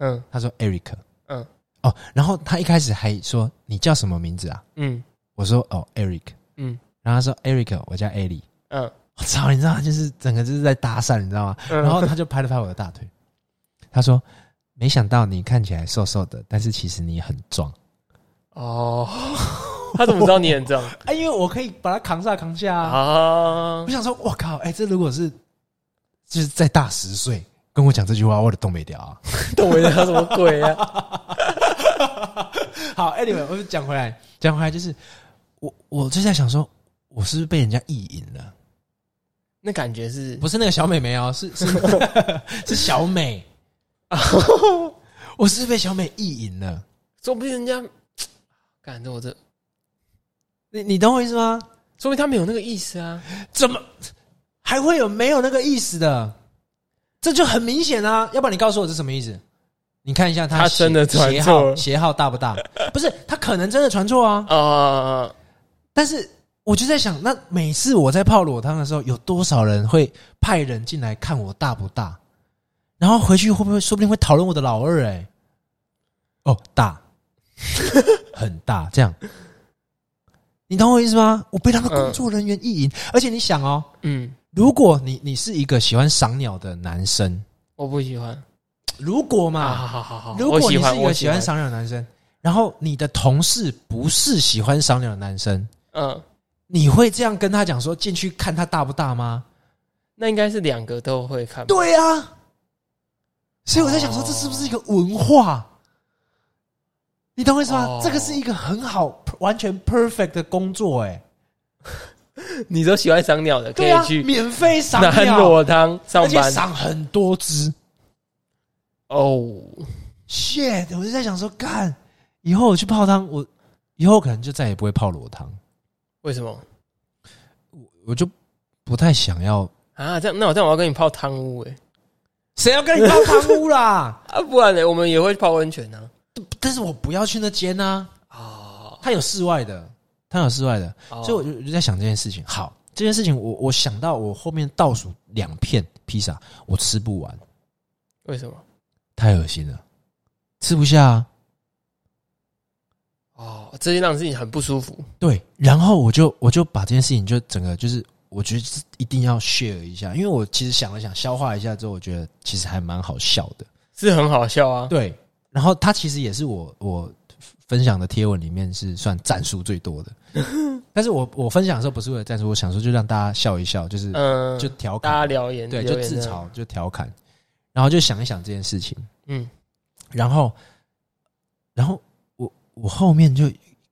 嗯
他说：“Eric，
嗯
哦。”然后他一开始还说：“你叫什么名字啊
嗯？”
我说：“哦，Eric。
嗯”
然后他说：“Eric，我叫 Ellie。
嗯”
我操，你知道，他就是整个就是在搭讪，你知 道吗？
嗯，
然后他就拍了拍我的大腿，他说：“没想到你看起来瘦瘦的，但是其实你很壮。”
哦， 他怎么知道你很重
哎，因为我可以把他扛上扛下啊。
啊
我？想说，我靠，哎、这如果是就是再大十岁跟我讲这句话，我的东北屌啊！
懂我他什么鬼啊？
好，anyway，我们讲回来，讲回来就是我，我就在想说，我是不是被人家意淫了？
那感觉是
不是那个小美眉哦，是 是是小美，我是不是被小美意淫了？
说不定人家，感觉我这，
你你懂我意思吗？
说明他没有那个意思啊。
怎么还会有没有那个意思的？这就很明显啊！要不然你告诉我这什么意思？你看一下
他
鞋
真的传
鞋
错
号
了
鞋号大不大？不是，他可能真的传错啊。
啊，
但是我就在想，那每次我在泡裸汤的时候，有多少人会派人进来看我大不大？然后回去会不会说不定会讨论我的老二、欸？哎，哦，大， 很大，这样，你懂我意思吗？我被他们工作人员意淫，而且你想哦，
嗯，
如果你你是一个喜欢赏鸟的男生，
我不喜欢
如果嘛，
啊，好好好好，
如果
我
你是
喜欢，
一个
我
喜欢，赏鸟的男生，然后你的同事不是喜欢赏鸟的男生，
嗯，
你会这样跟他讲说进去看他大不大吗？
那应该是两个都会看吧。
对呀、啊，所以我在想说，
哦
这是不是一个文化？你懂我意思吗？
哦
这个是一个很好、完全 perfect 的工作、哎，
你都喜欢赏鸟的，可
对
以
啊，
去
免费赏
南
鸟，
裸汤上
而且
班
赏很多只。
哦。
shit！我就在想说，干，以后我去泡汤，我以后可能就再也不会泡裸汤，
为什么
我就不太想要。
啊？这样那我这样我要跟你泡汤屋哎
谁要跟你泡汤屋啦？
啊，不然呢？我们也会泡温泉啊呢。
但是我不要去那间啊，
哦，
它有室外的，它有室外的，
哦
所以我就我就在想这件事情。好，这件事情我我想到我后面倒数两片披萨，我吃不完，
为什么？
太恶心了，吃不下、啊。
哦，这件让自己很不舒服。
对，然后我就我就把这件事情就整个就是，我觉得是一定要 share 一下，因为我其实想了想，消化一下之后，我觉得其实还蛮好笑的。
是很好笑啊。
对，然后它其实也是我我分享的贴文里面是算赞数最多的。但是我我分享的时候不是为了赞数，我想说就让大家笑一笑，就是、
嗯，
就调
大家
侃，
留言，
对，
留
就
言
自
这样，
嘲，就调侃，然后就想一想这件事情，
嗯，
然后，然后我我后面就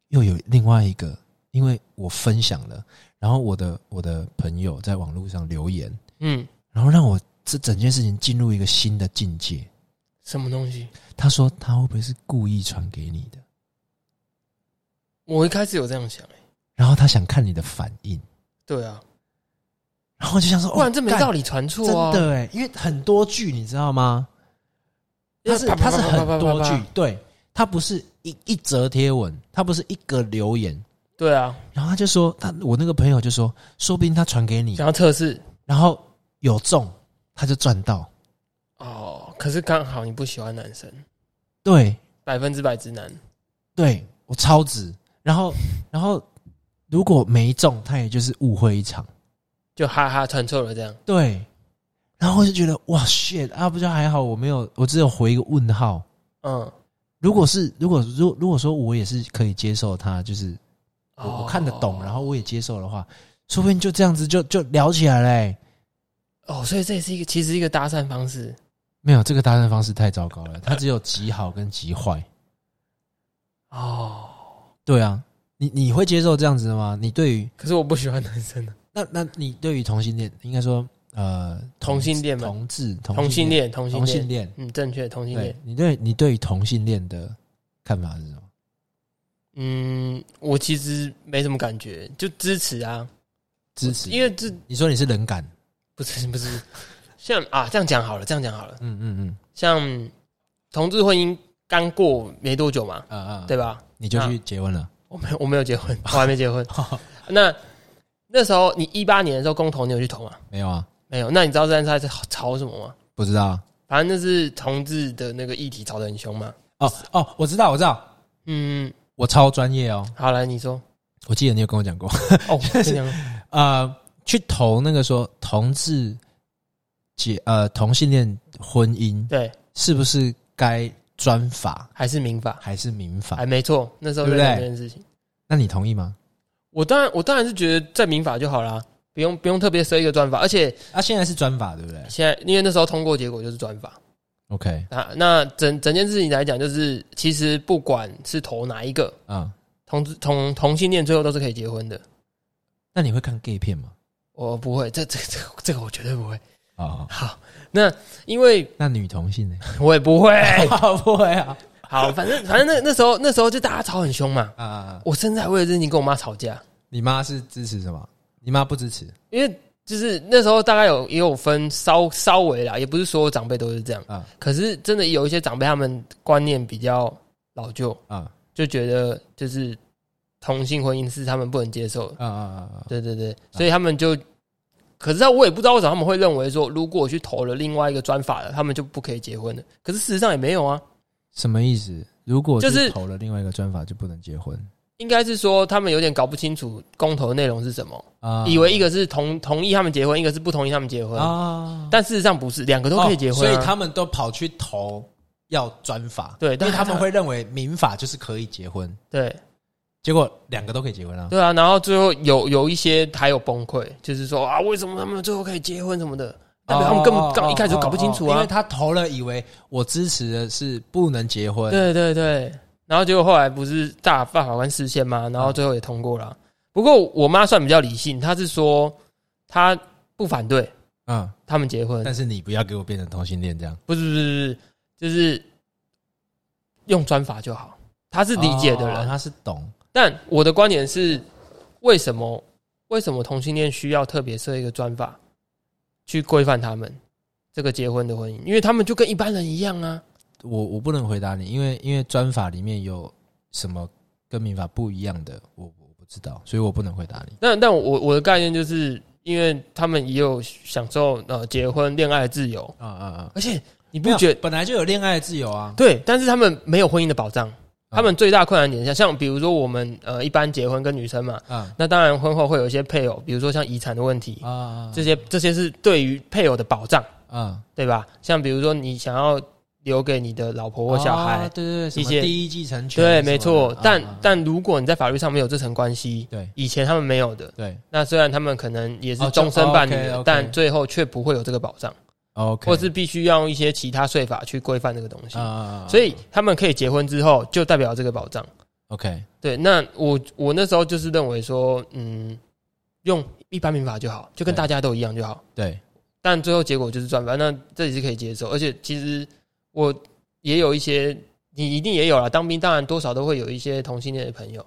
又有另外一个，因为我分享了，然后我的我的朋友在网络上留言，
嗯，
然后让我这整件事情进入一个新的境界。
什么东西？
他说他会不会是故意传给你的？
我一开始有这样想，欸
然后他想看你的反应，
对啊，
然后我就想说，哦
不然这没道
理、
理传错啊，
真的哎，因为很多句你知道吗？它是
啪
它
啪啪
是
啪啪
很
啪啪
多
啪
句，对，它不是一一则贴文，它不是一个留言，
对啊，
然后他就说，他我那个朋友就说，说不定他传给你，
想要测试
然后有中，他就赚到。
哦，可是刚好你不喜欢男生，
对
百分之百直男，
对，我超值。然后然后如果没中，他也就是误会一场。
就哈哈传错了这样，
对，然后我就觉得哇 shit 啊，不就还好，我没有，我只有回一个问号。
嗯，
如果是如果如如果说我也是可以接受他，就是我、
哦
我看得懂，然后我也接受的话，说不定就这样子就就聊起来嘞、
哦，所以这也是一个其实一个搭讪方式，
没有这个搭讪方式太糟 糕了，他只有极好跟极坏。
哦，
对啊，你你会接受这样子的吗？你对于
可是我不喜欢男生的
那那你对于同性恋，应该说呃
同性恋嘛
同志、
同性
恋、哦
恋，同性
同性
恋，
恋，
嗯，正确，同性恋
对。你对你对于同性恋的看法是什么？
嗯，我其实没什么感觉，就支持啊，
支持？
因为这
你说你是冷感，
不是 不是，像啊这样讲好了，这样讲好了，
嗯嗯嗯，
像同志婚姻刚过没多久嘛，
啊啊，
对，吧？
你就去结婚了，
我没有我没有结婚，我还没结婚。 那那时候你一八年的时候公投，你有去投吗？
没有啊？
没有。那你知道这件事在吵什么吗？
不知道啊
反正那是同志的那个议题吵得很凶嘛。
哦哦，我知道我知道，
嗯，
我超专业哦，
好来你说。
我记得你有跟我讲过，
哦，我跟你讲
呃，去投那个说同志结呃同性恋婚姻
对，
是不是该专法
还是民法，
还是民法
哎，？没错，那时候在
对不对
讲这件事情。
那你同意吗？
我当然，我当然是觉得在民法就好啦，不用不用特别设一个专法。而且
啊，现在是专法对不对
现在，因为那时候通过结果就是专法
？OK，
啊。那整整件事情来讲，就是其实不管是投哪一个
嗯，
同志同同性恋，最后都是可以结婚的。
那你会看 gay 片吗？
我不会，这这这个这个我绝对不会。
哦，
好，那因为
那女同 性呢？
我也不会。
不会啊，
好，反正反正那那时候那时候就大家吵很凶嘛。
啊啊，啊
我甚至还为了这件事情跟我妈吵架，
你妈是支持什么？你妈不支持
因为就是那时候大概有也有分稍稍微啦，也不是所有长辈都是这样。
啊
可是真的有一些长辈，他们观念比较老旧，
啊
就觉得就是同性婚姻是他们不能接受的。
啊啊啊！
对对对，所以他们就，可是他我也不知道为什么他们会认为说，如果我去投了另外一个专法了，他们就不可以结婚了。可是事实上也没有啊，
什么意思？如果
就是
投了另外一个专法就不能结婚
应该是说他们有点搞不清楚公投的内容是什么，
啊？
以为一个是同同意他们结婚，一个是不同意他们结婚，
啊，哦
但事实上不是，两个都可以结婚啊、
所以他们都跑去投要专法，
对
因为
但
他们会认为民法就是可以结婚，
对
结果两个都可以结婚啊。
对啊，然后最后有有一些还有崩溃，就是说啊，为什么他们最后可以结婚什么的？代表他们根
哦
本刚一开始就搞不清楚
因
啊
为。他投了，以为我支持的是不能结婚，
对对对，然后结果后来不是大大法官视线吗？然
嗯
后最后也通过了啊。不过我妈算比较理性，她是说她不反对
嗯，
他们结婚，
但是你不要给我变成同性恋这样。
不是不是不是，就是用专法就好。她是理解的
哦
人，
他是懂，
但我的观点是，为什么为什么同性恋需要特别设一个专法去规范他们这个结婚的婚姻？因为他们就跟一般人一样啊。
我我不能回答你，因为因为专法里面有什么跟民法不一样的，我我不知道，所以我不能回答你。
但但我我的概念就是，因为他们也有享受呃结婚恋爱的自由，
啊啊啊！
而且你
没
不
有
觉
本来就有恋爱自由啊？
对？但是他们没有婚姻的保障，他们最大困难点像像比如说我们呃一般结婚跟女生嘛，
啊
那当然婚后会有一些配偶，比如说像遗产的问题
啊，啊
这些这些是对于配偶的保障。
啊！
对吧？像比如说你想要留给你的老婆或哦小孩。
啊对对对，什么
一些
第一继承权什么的，
对，没错。但、
啊啊
但如果你在法律上没有这层关系，
对
以前他们没有的，
对
那虽然他们可能也是
哦就
终身伴侣的，
哦，OK，OK
但最后却不会有这个保障，
哦，OK，
或是必须要用一些其他税法去规范这个东西。
啊啊，啊
所以他们可以结婚之后，就代表这个保障。
OK，
对，那我我那时候就是认为说，嗯，用一般民法就好，就跟
对
大家都一样就好。
对
但最后结果就是赚翻，那这也是可以接受。而且其实我也有一些，你一定也有啦，当兵当然多少都会有一些同性恋的朋友，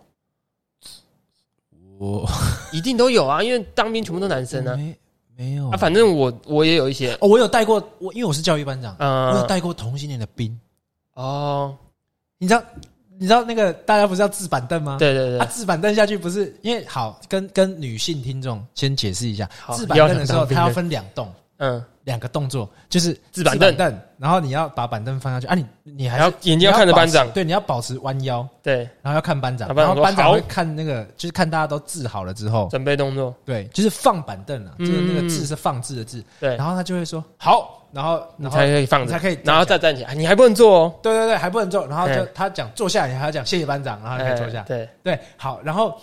我
一定都有啊，因为当兵全部都男生啊。
没没有
啊，反正我我也有一些，
哦，我有带过我，因为我是教育班长，我有
嗯，
带过同性恋的兵。
哦，
你知道你知道那个大家不是要制板凳吗？
对对
啊，
对，
制板凳下去不是因为好跟跟女性听众先解释一下，
好
制板凳的时候
要当兵
它
的
要分两动
嗯，
两个动作，就是
制板
凳
凳，
然后你要把板凳放下去啊，你你还
然
是
后眼
你
睛要看着
保
班
持
长，
对，你要保持弯腰，
对，
然后要看班长，
啊班
然后
长说
班长
好
会看那个，就是看大家都治好了之后，
准备动作，
对，就是放板凳了，就是那个
嗯
治是放置的治，
对
然，后他就会说好，然后
你
然后
才可以放
你
着
才，可以站起来，
然后再站起来，你还不能坐哦，
对对对，还不能坐，然后就
哎
他讲坐下，你还要讲谢谢班长，然后你啊可以坐下
哎。对，
对，好，然后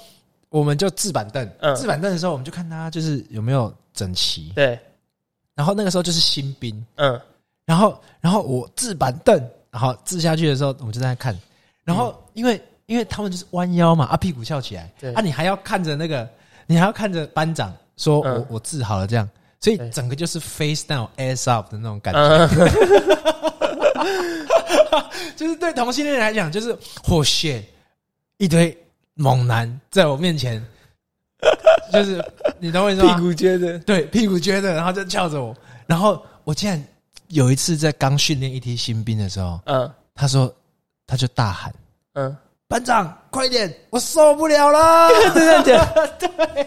我们就置板凳，
嗯
置板凳的时候，我们就看他就是有没有整齐。
对，
然后那个时候就是新兵，
嗯，
然后然后我置板凳，然后置下去的时候，我们就在那看。然后因为、因为他们就是弯腰嘛，啊屁股翘起来
嗯对，
啊你还要看着那个，你还要看着班长说我、
嗯
我治好了这样，所以
对
整个就是 face down ass up 的那种感觉。
嗯，
就是对同性恋来讲，就是或血一堆猛男在我面前， 就是你懂我意思吗？
股撅着，
对屁股撅着，然后就翘着我。然后我竟然有一次在刚训练一批新兵的时候，
嗯
他说他就大喊
嗯，：“
班长，快点，我受不了 了！”
真的假的？对，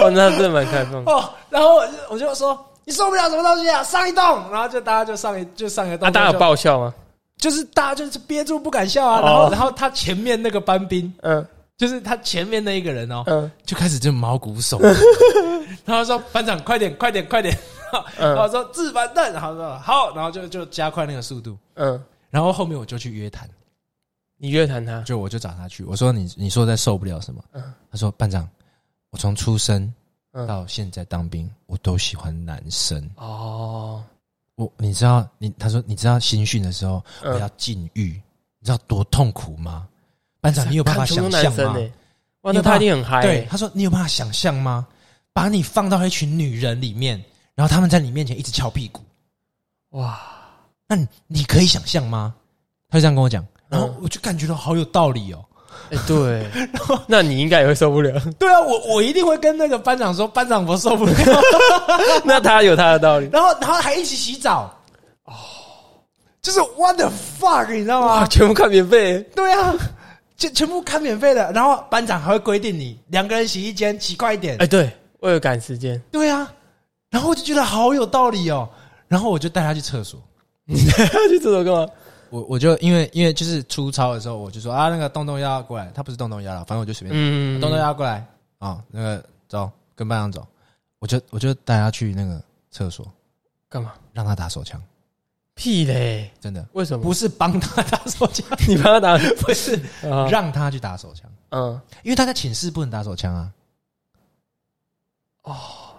哦，那真的蛮开 放的。
哦，然后我就我就说。你受不了什么东西啊？上一栋，然后就大家就上一就上一个
那
栋，
啊大家有爆笑吗？
就是大家就是憋住不敢笑啊。然后
哦
然后他前面那个班兵，
嗯
就是他前面那一个人哦，
嗯
就开始就毛骨悚 然，然后说班长快点快点快点，然后
嗯
说自板凳，然后说好，然后就就加快那个速度，
嗯，
然后后面我就去约谈，
你约谈他，
就我就找他去，我说你你说在受不了什么
嗯？
他说班长，我从出生
嗯
到现在当兵，我都喜欢男生。
哦，
我你知道你他说你知道新训的时候我要
嗯，
禁欲，你知道多痛苦吗？班长，你有办法
看
想
中
象
男生
吗？
欸呢？哇，
你有办
那他
法
一定很嗨
对，
欸。
他说你有办法想象吗？把你放到一群女人里面，然后他们在你面前一直翘屁股，
哇，
那你你可以想象吗？他就这样跟我讲，然后
嗯
我就感觉到好有道理哦。
哎，对，那你应该也会受不了。
对啊，我我一定会跟那个班长说，班长我受不了。
那他有他的 道理。
然后然后还一起洗澡，哦，就是 what the fuck，你知道
哇，
吗？
啊全部看免费，
对啊，全全部看免费的，然后班长还会规定你两个人洗一间，洗快一点
哎、。对，为了赶时间，
对啊，然后我就觉得好有道理哦。然后我就带他去厕所。
去厕所干嘛？
我我就因为因为就是出操的时候，我就说啊，那个洞洞要过来，他不是洞洞要了，反正我就随便，
嗯，
洞洞要过来啊、那个走，跟班长走，我就我就带他去那个厕所，
干嘛？
让他打手枪，
屁嘞！
真的
为什么？
不是帮他打手枪，
你帮他打
不是
啊？
让他去打手枪，
嗯，
因为他在寝室不能打手枪啊。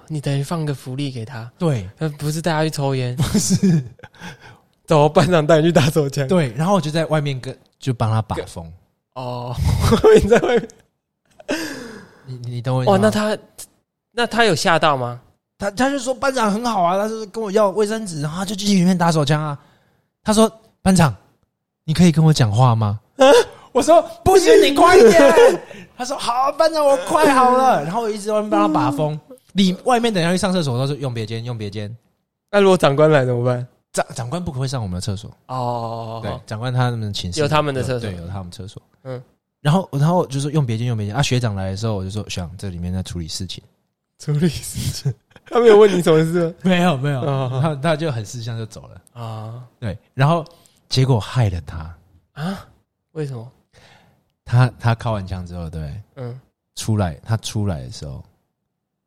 你等于放个福利给他，
对，
呃，不是带他去抽烟，
不是
走，班长带你去打手枪。
对，然后我就在外面跟就帮他把风，
哦， 你在外面。
你你你等我
哇，那他那他有吓到吗？
哦他他就说班长很好啊，他就是跟我要卫生纸，然后他就进去里面打手枪啊。他说班长，你可以跟我讲话吗？啊我说不行，你快一点。 他说好，班长我快好 了。然后我一直在外面帮他把风，里外面等一下去上厕所，他说用别间，用别间。
那如果长官来怎么办？
长长官不会上我们的厕所，对
哦，，
长官他们寝室
有他们的厕所
对，有他们厕所。嗯
嗯，
然后然后就说用别间，用别间。啊，学长来的时候，我就说学长这里面在处理事情。
处理事情。他没有问你什么事
没有没有
哦
然后他就很识相就走了。
啊
对，然后结果害了他。
啊？为什么？
他他靠完枪之后，对，
嗯，
出来他出来的时候，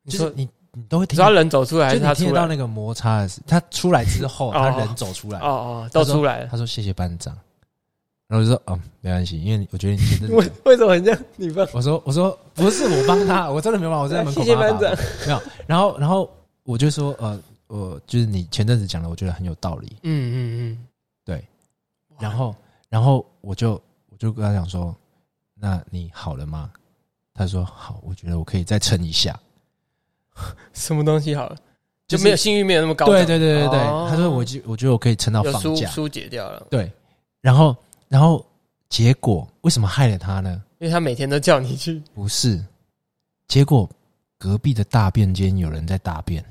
你
就
说
是你你都会
你
听
说他人走出来还
就是你
他
听
出
得
来
到？那个摩擦的事，他出来之后，
哦
他人走出来
哦，哦，都出来了。
他说谢谢班长，然后我就说嗯，没关系，因为我觉得你 真的
为，为什么很像你帮？
我说我说不是我帮他，我真的没有帮，我在门口
谢谢
帮他
班
打没有，然后然后我就说呃，我就是你前阵子讲的，我觉得很有道理，
嗯嗯哇
然后然后我就我就跟他讲说，那你好了吗？他说好，我觉得我可以再撑一下，
嗯，什么东西好了，就是没有性欲没有那么高涨。
对对对对对，
哦
他说我就我觉得我可以撑到
有
放
疏
假，
疏解掉了，
对，然后然后结果为什么害了他呢？
因为他每天都叫你去。
不是，结果隔壁的大便间有人在大便，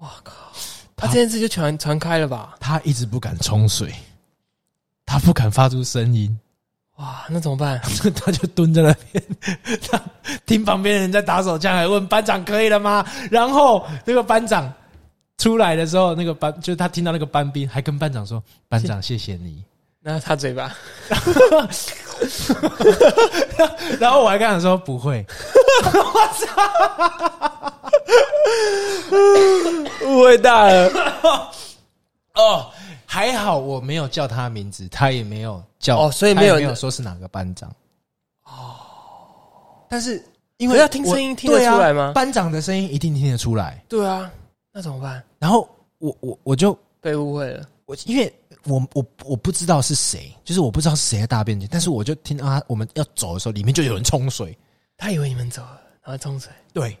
哇靠！
他
他这件事就传传开了吧？
他一直不敢冲水，他不敢发出声音，
哇，那怎么 办？
他就蹲在那边，他听旁边人在打手枪，还问班长可以了吗？然后那个班长出来的时候，那个班就是他听到那个班兵还跟班长说：“班长，谢谢 你。”
那他嘴巴，
然后我还跟他说不会，
误会大了。
哦，还好我没有叫他名字，他也没有叫
哦所以没有
他也没有说是哪个班长哦。但是因
可
为
是要听声音
我
听得
对啊
出来吗
班长的声音一定听得出来。
对啊，那怎么办？
然后我我我就
被误会了。
我因为我我我不知道是谁，就是我不知道是谁在大便间，但是我就听到他我们要走的时候，里面就有人冲水，
他以为你们走了，然后冲水。
对，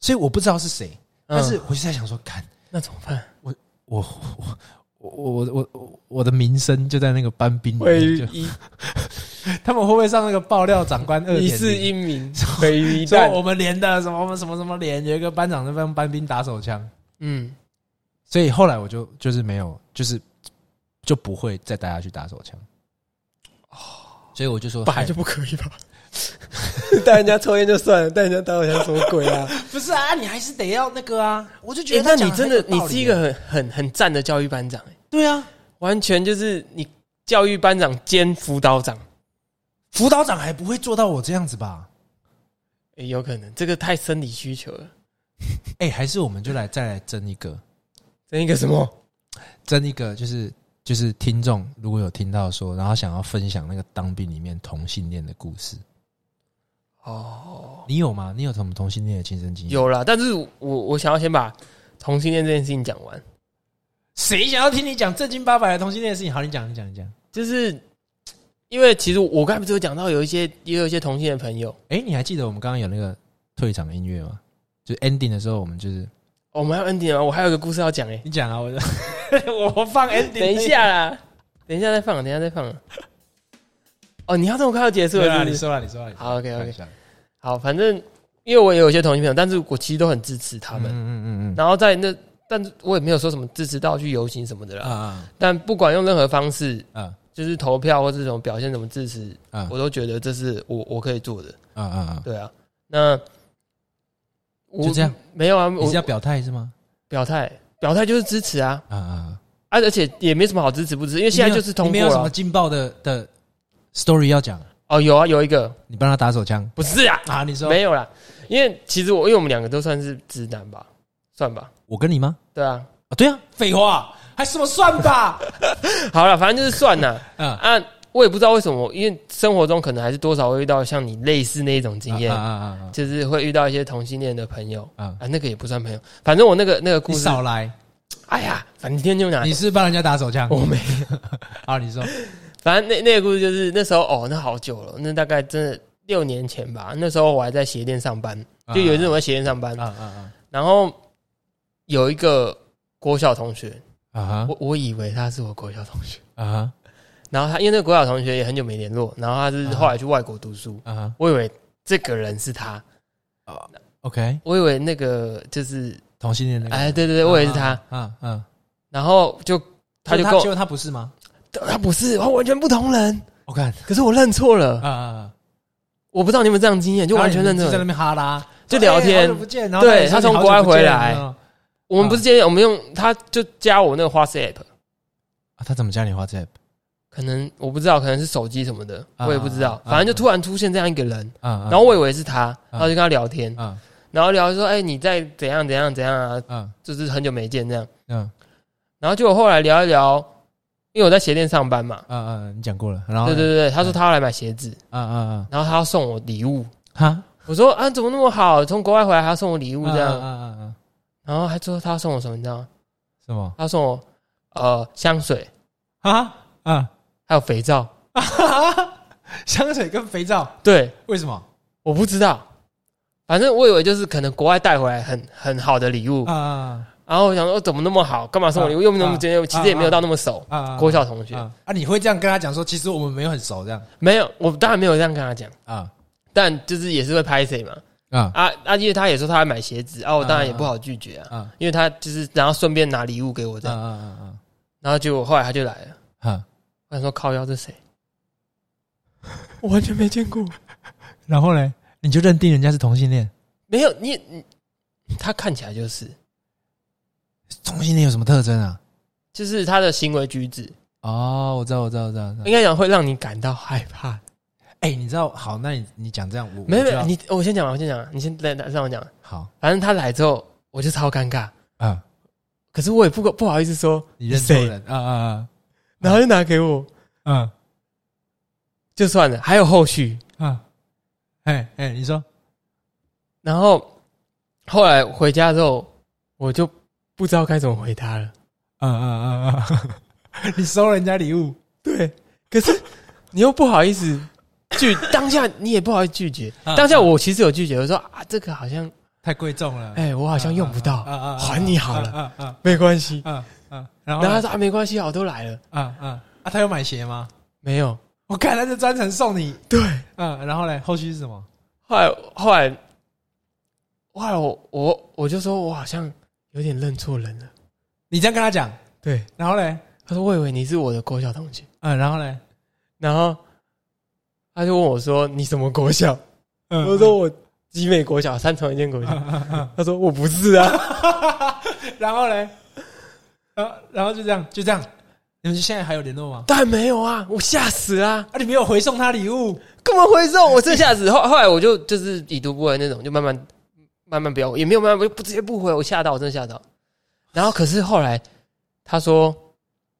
所以我不知道是谁，但是
嗯
我就在想说，看
那怎么办？
我我我我我我我的名声就在那个班兵里面，就
一
他们会不会上那个爆料长官二
一
点
世
零？
英 名，毁于一
说
旦。
我们连的什么我们什么什么连，有一个班长在帮班兵打手枪，
嗯，
所以后来我就就是没有，就是就不会再带他去打手枪。所以哦我就说，
本来就不可以吧？ 带人家抽烟就算了，带人家打火枪什么鬼 啊？
哎不是啊，你还是得要那个啊。我就觉
欸
得
那
他
你
讲
真
很有道
的，
理
你
耶
是一个很很很赞的教育班长、欸，
对啊，
完全就是你教育班长兼辅导长，
辅导长还不会做到我这样子吧？
欸有可能这个太生理需求了。
哎，还是我们就来再来争一个，
争一个什么？
争一个就是就是听众如果有听到说，然后想要分享那个当兵里面同性恋的故事，
哦，
你有吗？你有什么同性恋的亲身经验？，
有啦，但是我我想要先把同性恋这件事情讲完，
谁想要听你讲正经八百的同性恋的事情？好，你讲，你讲，你讲。
就是因为其实我刚才不是有讲到有一些也有一些同性的朋友，
哎、你还记得我们刚刚有那个退场音乐吗？就是 ending 的时候，我们就是
哦我们要 ending 了，我还有一个故事要讲哎、 欸
你讲啊，我就 我我放 ending，
等一，下啦， 等一下再放，等一下再放。哦，你要这么快要结束
对
了是
啊，
不
你
是？
说了，你说了，
好，OK，OK
看一下
好，反正因为我也有一些同性朋友，但是我其实都很支持他们。
嗯嗯嗯
然后在那，但是我也没有说什么支持到去游行什么的
嗯，
啦。
啊
但不管用任何方式，
啊啊
就是投票或这种表现什么支持，
嗯
我都觉得这是我我可以做的。
啊啊啊！
对啊，那我
就这样
没有啊，
你
我
是要表态是吗？
表态，表态就是支持啊，
啊啊！
啊，而且也没什么好支持不支持，因为
你
现在
没有
就是通
你没
过
有什么
了。
劲爆的的 story 要讲，
哦，有啊，有一个
你帮他打手枪
不是啊，
啊？你说
没有啦，因为其实我因为我们两个都算是直男吧，算吧，
我跟你吗？
对啊，
啊，对啊，废话，还什么算吧？
好了，反正就是算啦。
啊，
啊，我也不知道为什么，因为生活中可能还是多少会遇到像你类似那一种经验，
啊啊啊
就是会遇到一些同性恋的朋友
啊啊！
啊，那个也不算朋友，反正我那个那个故
你
事，
少来，
哎呀，反正今天就拿
你，是帮人家打手枪？
我没，
啊，你说
反正那那个故事就是那时候哦，那好久了，那大概真的六年前吧，那时候我还在鞋店上班， 就有一阵我在鞋店上班，
啊啊
然后有一个国小同学，
啊啊
我我以为他是我国小同学，
啊啊
然后他因为那个国小同学也很久没联络，然后他是后来去外国读书，
啊
我以为这个人是他。
！OK，
我以为那个就是，
同性恋那个，
哎，对对对，我以为是他，
啊啊，
然后就他就跟
结果
我，
他不是吗？
他不是，他完全不同人，
我看
可是我认错了
啊，啊，
我不知道你们这样经验，就完全认错
在那
了。
边哈拉，哎不见，然后嗯啊
我们不是见面，我们用他就加我那个花式 app，
他怎么加你 WhatsApp
可能我不知道，可能是手机什么的，
啊
我也不知道，
啊
反正就
啊
突然出现这样一个人，
啊？
然后我以为是他，然后就跟他聊天，
啊
然后聊说，哎、你在怎样怎样怎样啊，
嗯
就是很久没见这样。
嗯
然后结果后来聊一聊，因为我在鞋店上班嘛，
嗯嗯，你讲过了，然后
对
呢
对，对，他说他要来买鞋子，
嗯嗯嗯，
然后他要送我礼物。
哈，
我说啊，怎么那么好？从国外回来还要送我礼物这
嗯
样？
嗯嗯嗯，
然后还说他要送我什么？你知道吗？
什么？
他送我呃香水，
啊啊，
还有肥皂。
香水跟肥皂，
对，
为什么？
我不知道，反正我以为就是可能国外带回来很很好的礼物，
啊
然后我想说怎么那么好，干嘛送我礼物？
啊
又没那么
啊
直接，其实也没有到那么熟。
啊啊，
国小同学
啊啊，你会这样跟他讲说，其实我们没有很熟这样
没有，我当然没有这样跟他讲，
啊
但就是也是会拍谁嘛。
啊
啊啊，因为他也说他要买鞋子啊，我当然也
啊
不好拒绝啊，
啊
因为他就是然后顺便拿礼物给我这
啊
样，
啊
然后结果后来他就来了，
啊啊，
我想说靠腰这谁？ 我完全没见过，
然后嘞，你就认定人家是同性恋？
没有你你，他看起来就是
同性恋有什么特征啊？
就是他的行为举止，
哦，我知道，我知道，我知道。我知道
应该讲会让你感到害怕。
哎、你知道？好，那你你讲这样，我
没有
我知
没
道
有，你我先讲完，我先讲完，你先来来让我讲。
好
反正他来之后，我就超尴尬，
啊，
可是我也不不好意思说，
你认错人啊啊
然后就拿给我，
啊啊
就算了，还有后续。
啊！哎哎，你说
然后后来回家之后，我就不知道该怎么回他了。
啊啊啊 啊！你收人家礼物
对，可是你又不好意思拒，当下你也不好意思拒 绝。
啊
当下我其实有拒绝，我说啊，这个好像，
太贵重了，
哎、我好像用不到，
啊
还你好了，
啊啊
没关系。
啊啊！然后
然后他
呢
说啊，没关系啊，我都来了，
啊啊啊，他有买鞋吗？
没有。
我看他就专程送你，
对，
嗯，然后嘞，后续是什么？
后来后来后来我我我就说我好像有点认错人了。
你这样跟他讲，
对，
然后嘞，
他说我以为你是我的国小同学，
嗯，然后嘞，
然后他就问我说你什么国小？
嗯
我说我集美国小，三重一间国小。他说我不是啊。
然后嘞，然后然后就这样，就这样。你们现在还有联络吗？
当然没有啊，我吓死啦、
啊，你没有回送他礼物
根本回送我，真吓死。后后来我就就是已读不回那种，就慢慢慢慢不要，也没有慢慢，我就不直接不回，我吓到，我真的吓到。然后可是后来他说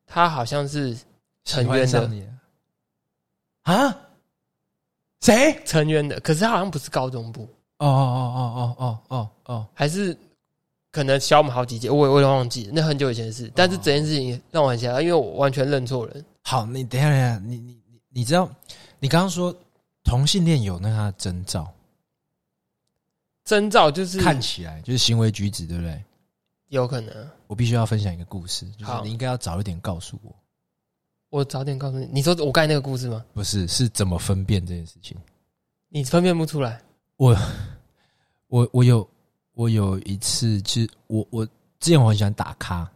他好像是成
喜欢
员的
上你了啊？谁？
成员的，可是他好像不是高中部，
哦哦哦哦哦哦哦
还是可能小我们好几届，我也我也忘记了，那很久以前的
哦
事。但是整件事情让我很吓到，因为我完全认错人。
好，你等一下，等一下，你你你你知道，你刚刚说同性恋有那他的征兆，
征兆就是
看起来就是行为举止，对不对？
有可能啊，
我必须要分享一个故事，就是
好
你应该要早一点告诉我，
我早点告诉你。你说我刚才那个故事吗？
不是是怎么分辨这件事情。
你分辨不出来，
我我我有我有一次，其实我我之前我很喜欢打咖，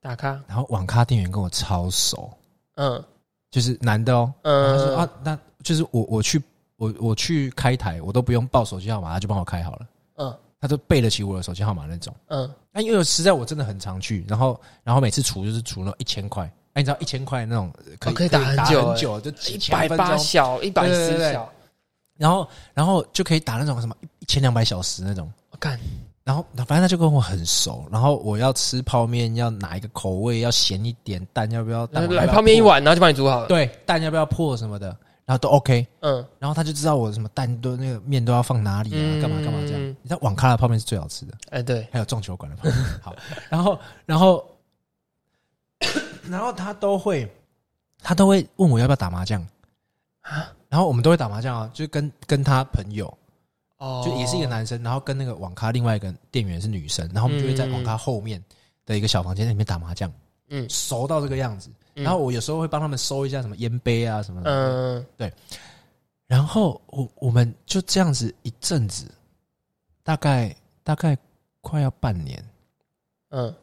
打卡，
然后网咖店员跟我超熟，
嗯
就是男的哦。他说
嗯
啊，那就是我我去我我去开台，我都不用报手机号码，他就帮我开好了。
嗯
他都背得起我的手机号码那种。
嗯，
那、因为实在我真的很常去，然后然后每次除就是除了一千块，哎、你知道一千块那种呃可以、
哦可以打很久
久，
欸
很久就几
一
千
百
分
八
钟，
小，一百
对对
十
对
小，
然后然后就可以打那种什么一千两百小时那种。
我干，
然后反正他就跟我很熟，然后我要吃泡面要哪一个口味，要咸一点，蛋要不要？蛋
来
要不要
泡面一
破，
碗，然后就帮你煮好了。，
对，蛋要不要破什么的，然后都 OK。
嗯，
然后他就知道我什么蛋都那个面都要放哪里啊，
嗯
干嘛干嘛这样。你知道网咖的泡面是最好吃的，
哎，对，
还有撞球馆的泡面。好，然后然后然后他都会他都会问我要不要打麻将
啊，
然后我们都会打麻将啊，就跟跟他朋友，
哦
就也是一个，男生，然后跟那个网咖另外一个店员是女生，然后我们就会在网咖后面的一个小房间里面打麻将，
嗯，
熟到这个样子。
嗯
然后，我有时候会帮他们收一下什么烟杯啊什么的，
嗯，
然后我我们就这样子一阵子，大概大概快要半年。
嗯，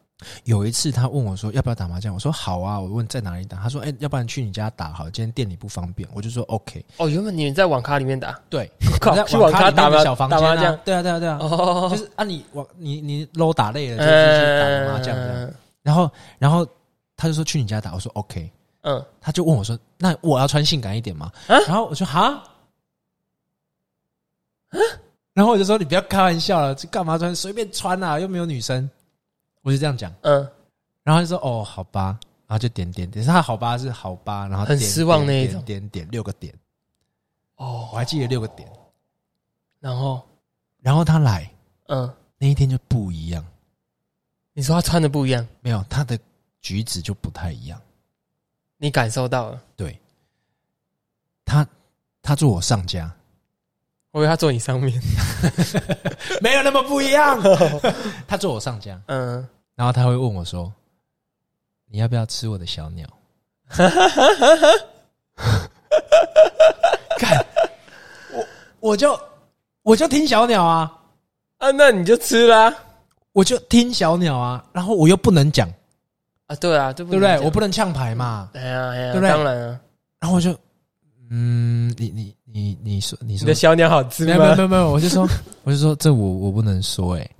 有一次他问我说要不要打麻将，我说好啊，我问在哪里打，他说哎、要不然去你家打好，今天店里不方便，我就说 OK。
哦，原本你们在网咖里面打，
对，
靠，
在
去网咖
咖里
打
面
麻
的小房
打麻
间啊
将，，
对啊对啊对啊，
哦，
就是啊你我你你 low 打累了就就去打个
嗯，
麻将这样。然后，然后他就说去你家打，我说 OK，
嗯，
他就问我说，那我要穿性感一点吗？
啊
然后我说哈，然后我就说你不要开玩笑了，这干嘛穿随便穿啊，又没有女生，我就这样讲。
嗯，
然后他就说哦，好吧，然后就点点点，是他好吧是好吧，然后
很
点
失望那一
点
种
点点点六个点，我
哦，
还记得六个点。
然后
然后他来
嗯，
那一天就不一样，
你说他穿的不一样，
没有他的举止就不太一样。
你感受到了，
对，他他坐我上家，
我以为他坐你上 面，
没有那么不一 样。他坐我上家，
嗯，
然后他会问我说：“你要不要吃我的小鸟？” 看我，我就我就听小鸟啊，
啊，那你就吃啦、啊，
我就听小鸟啊，然后我又不能讲，
对啊，对不
对不对？我不
能
能呛牌嘛。
讲，哎呀哎呀，
对不对
当然啊，
然后我就，嗯，你你你你说你
你
说
的小鸟好吃
没有没有没
吗？
有没有，我就说我就说这我我不能说哎、欸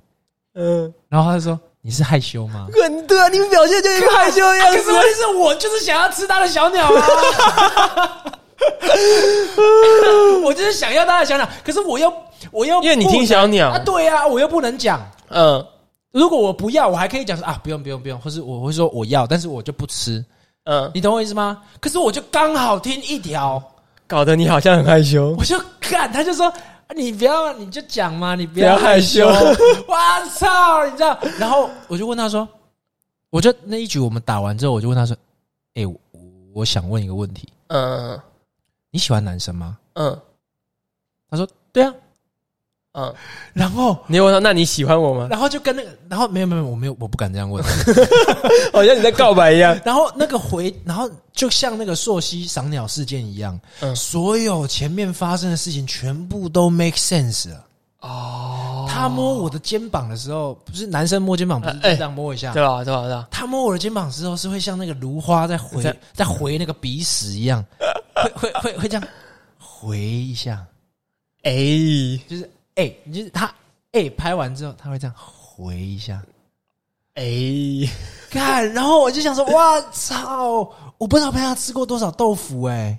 嗯，
然后他就说你是害羞吗？
很对啊，你表现就一个害羞的样
可是
子，
问题是我就是想要吃他的小鸟啊， 我就是想要他的小鸟，可是我又我又
因为你
不
听小鸟
啊，，对啊，我又不能讲。
嗯
如果我不要，我还可以讲说啊，不用不用不用，或是我会说我要，但是我就不吃，
嗯，
你懂我意思吗？可是我就刚好听一条，
搞得你好像很害羞，
我就干，他就说你不要，你就讲嘛，你不
不要
要
害羞
我操，你知道？然后我就问他说，我就那一局我们打完之后，我就问他说，哎、我我想问一个问题，
嗯
你喜欢男生吗？
嗯
他说对啊，
嗯，
然后
你有问他，那你喜欢我吗？
然后就跟那个，然后没有没有，我没有，我不敢这样问。
好像你在告白一样，
然后那个回，然后就像那个朔溪赏鸟事件一样，
嗯
所有前面发生的事情全部都 make sense 了。
哦，
他摸我的肩膀的时候，不是男生摸肩膀，不是
呃
这
哎
样摸一下？
对吧对吧啊对吧，
他摸我的肩膀之后，是会像那个芦花在回
在
在回那个鼻屎一样， 会会会会这样回一下，
哎、
就是哎、你就是他哎、拍完之后，他会这样回一 下，
哎、
看，然后我就想说，哇操，我不知道陪他吃过多少豆腐哎、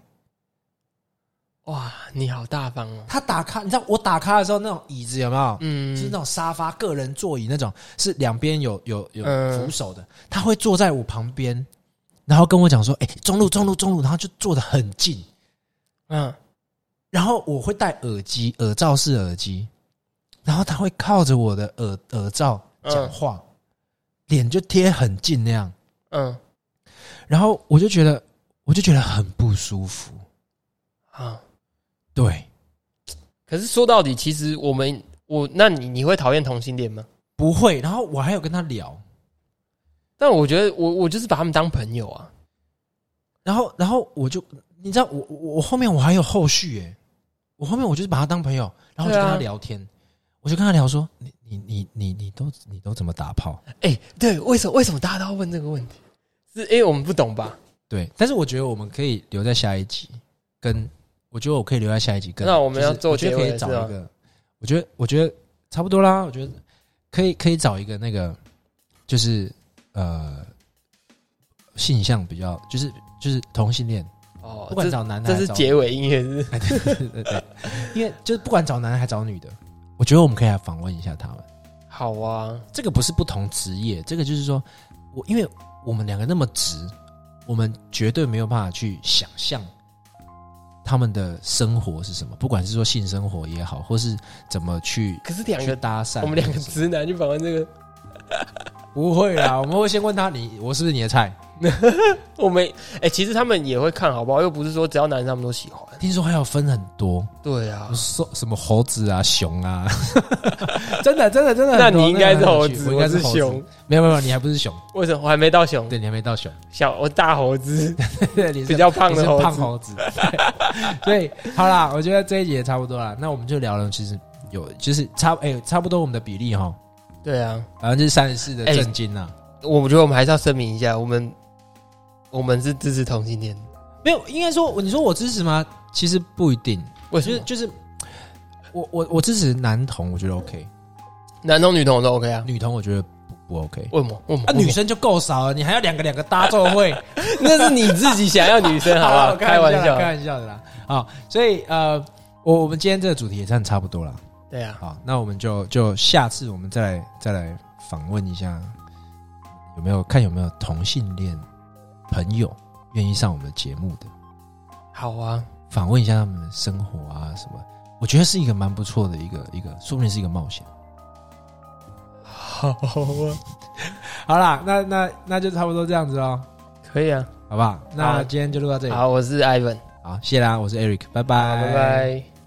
哇，你好大方哦。
他打咖，你知道我打咖的时候那种椅子有没有？
嗯，
就是那种沙发个人座椅那种，是两边有有有
嗯
扶手的，他会坐在我旁边，然后跟我讲说，哎、中路中路中路，然后就坐得很近。
嗯，
然后我会戴耳机，耳罩式耳机，然后他会靠着我的耳耳罩讲话，脸就贴很近那样，
嗯
然后我就觉得，我就觉得很不舒服。
啊。
对，
可是说到底，其实我们我，那你你会讨厌同性恋吗？
不会。然后我还有跟他聊，
但我觉得我我就是把他们当朋友啊。
然后然后我就，你知道，我我我后面我还有后续耶、我后面我就是把他当朋友，然后我就
对啊
跟他聊天，我就跟他聊说，你你你你你都你都怎么打炮？
哎、对，为什么为什么大家都要问这个问题？是因为我们不懂吧？
对，但是我觉得我们可以留在下一集，跟我觉得我可以留在下一集跟。
那我们
就是
要做
我觉得
结
可
尾
以找
是吧
一个，我觉得我觉得差不多啦，我觉得可以可以找一个那个，就是呃，性向比较就是就是同性恋，
哦
不，管
这
找男的
这
还
是
找
结尾音乐是 不是
哎对对对，因为就是不管找男的还找女的，我觉得我们可以来访问一下他们。
好啊，
这个不是不同职业，这个就是说我因为我们两个那么直，我们绝对没有办法去想象他们的生活是什么，不管是说性生活也好，或是怎么去
可是两
去
个
搭讪，
我们两个直男去访问这个，
不会啦，我们会先问他你我是不是你的菜？
我们哎、其实他们也会看好不好？又不是说只要男生他们都喜欢。
听说还有分很多，
对啊，
说什么猴子啊、熊啊， 真的真的真的很多，
那你应该是
那个很
猴
有趣
子，
我应该
是
猴子
熊，。
没有没有，你还不是熊，
为什么我还没到熊？
对你还没到熊。
小我大猴子，
对，你是
比较胖的
你是
猴
胖
子。
猴子。 对，所以好啦，我觉得这一集也差不多啦。那我们就聊了，其实有就是差哎、差不多我们的比例哈，
对啊，
百分之三十四的啊
哎
震惊啦、
我觉得我们还是要声明一下，我们我们是支持同性恋的。
没有，应该说你说我支持吗？其实不一定，
为
就
什
是
么
就是我我我支持男同，我觉得 OK，
男同女同都 OK 啊？
女同我觉得不不 OK。
为什么？为什么？
啊，
为什么
女生就够少了，你还要两个两个搭奏会，
那是你自己想要女生，好不
啦
好？
我
开
开玩
玩
笑的，开
笑，
玩笑的啦。啊，所以呃，我我们今天这个主题也算差不多了。
对啊，
好，那我们就就下次我们再来再来访问一下，有没有看有没有同性恋朋友愿意上我们的节目的，
好啊，
访问一下他们的生活啊什么。我觉得是一个蛮不错的一个一个，说不定是一个冒险。
好啊，
好啦，那那那就差不多这样子喽，
可以啊。
好不好？那
好
今天就录到这里。好，
好，我是 Ivan，
谢啦，我是 Eric，拜拜，
好，拜拜。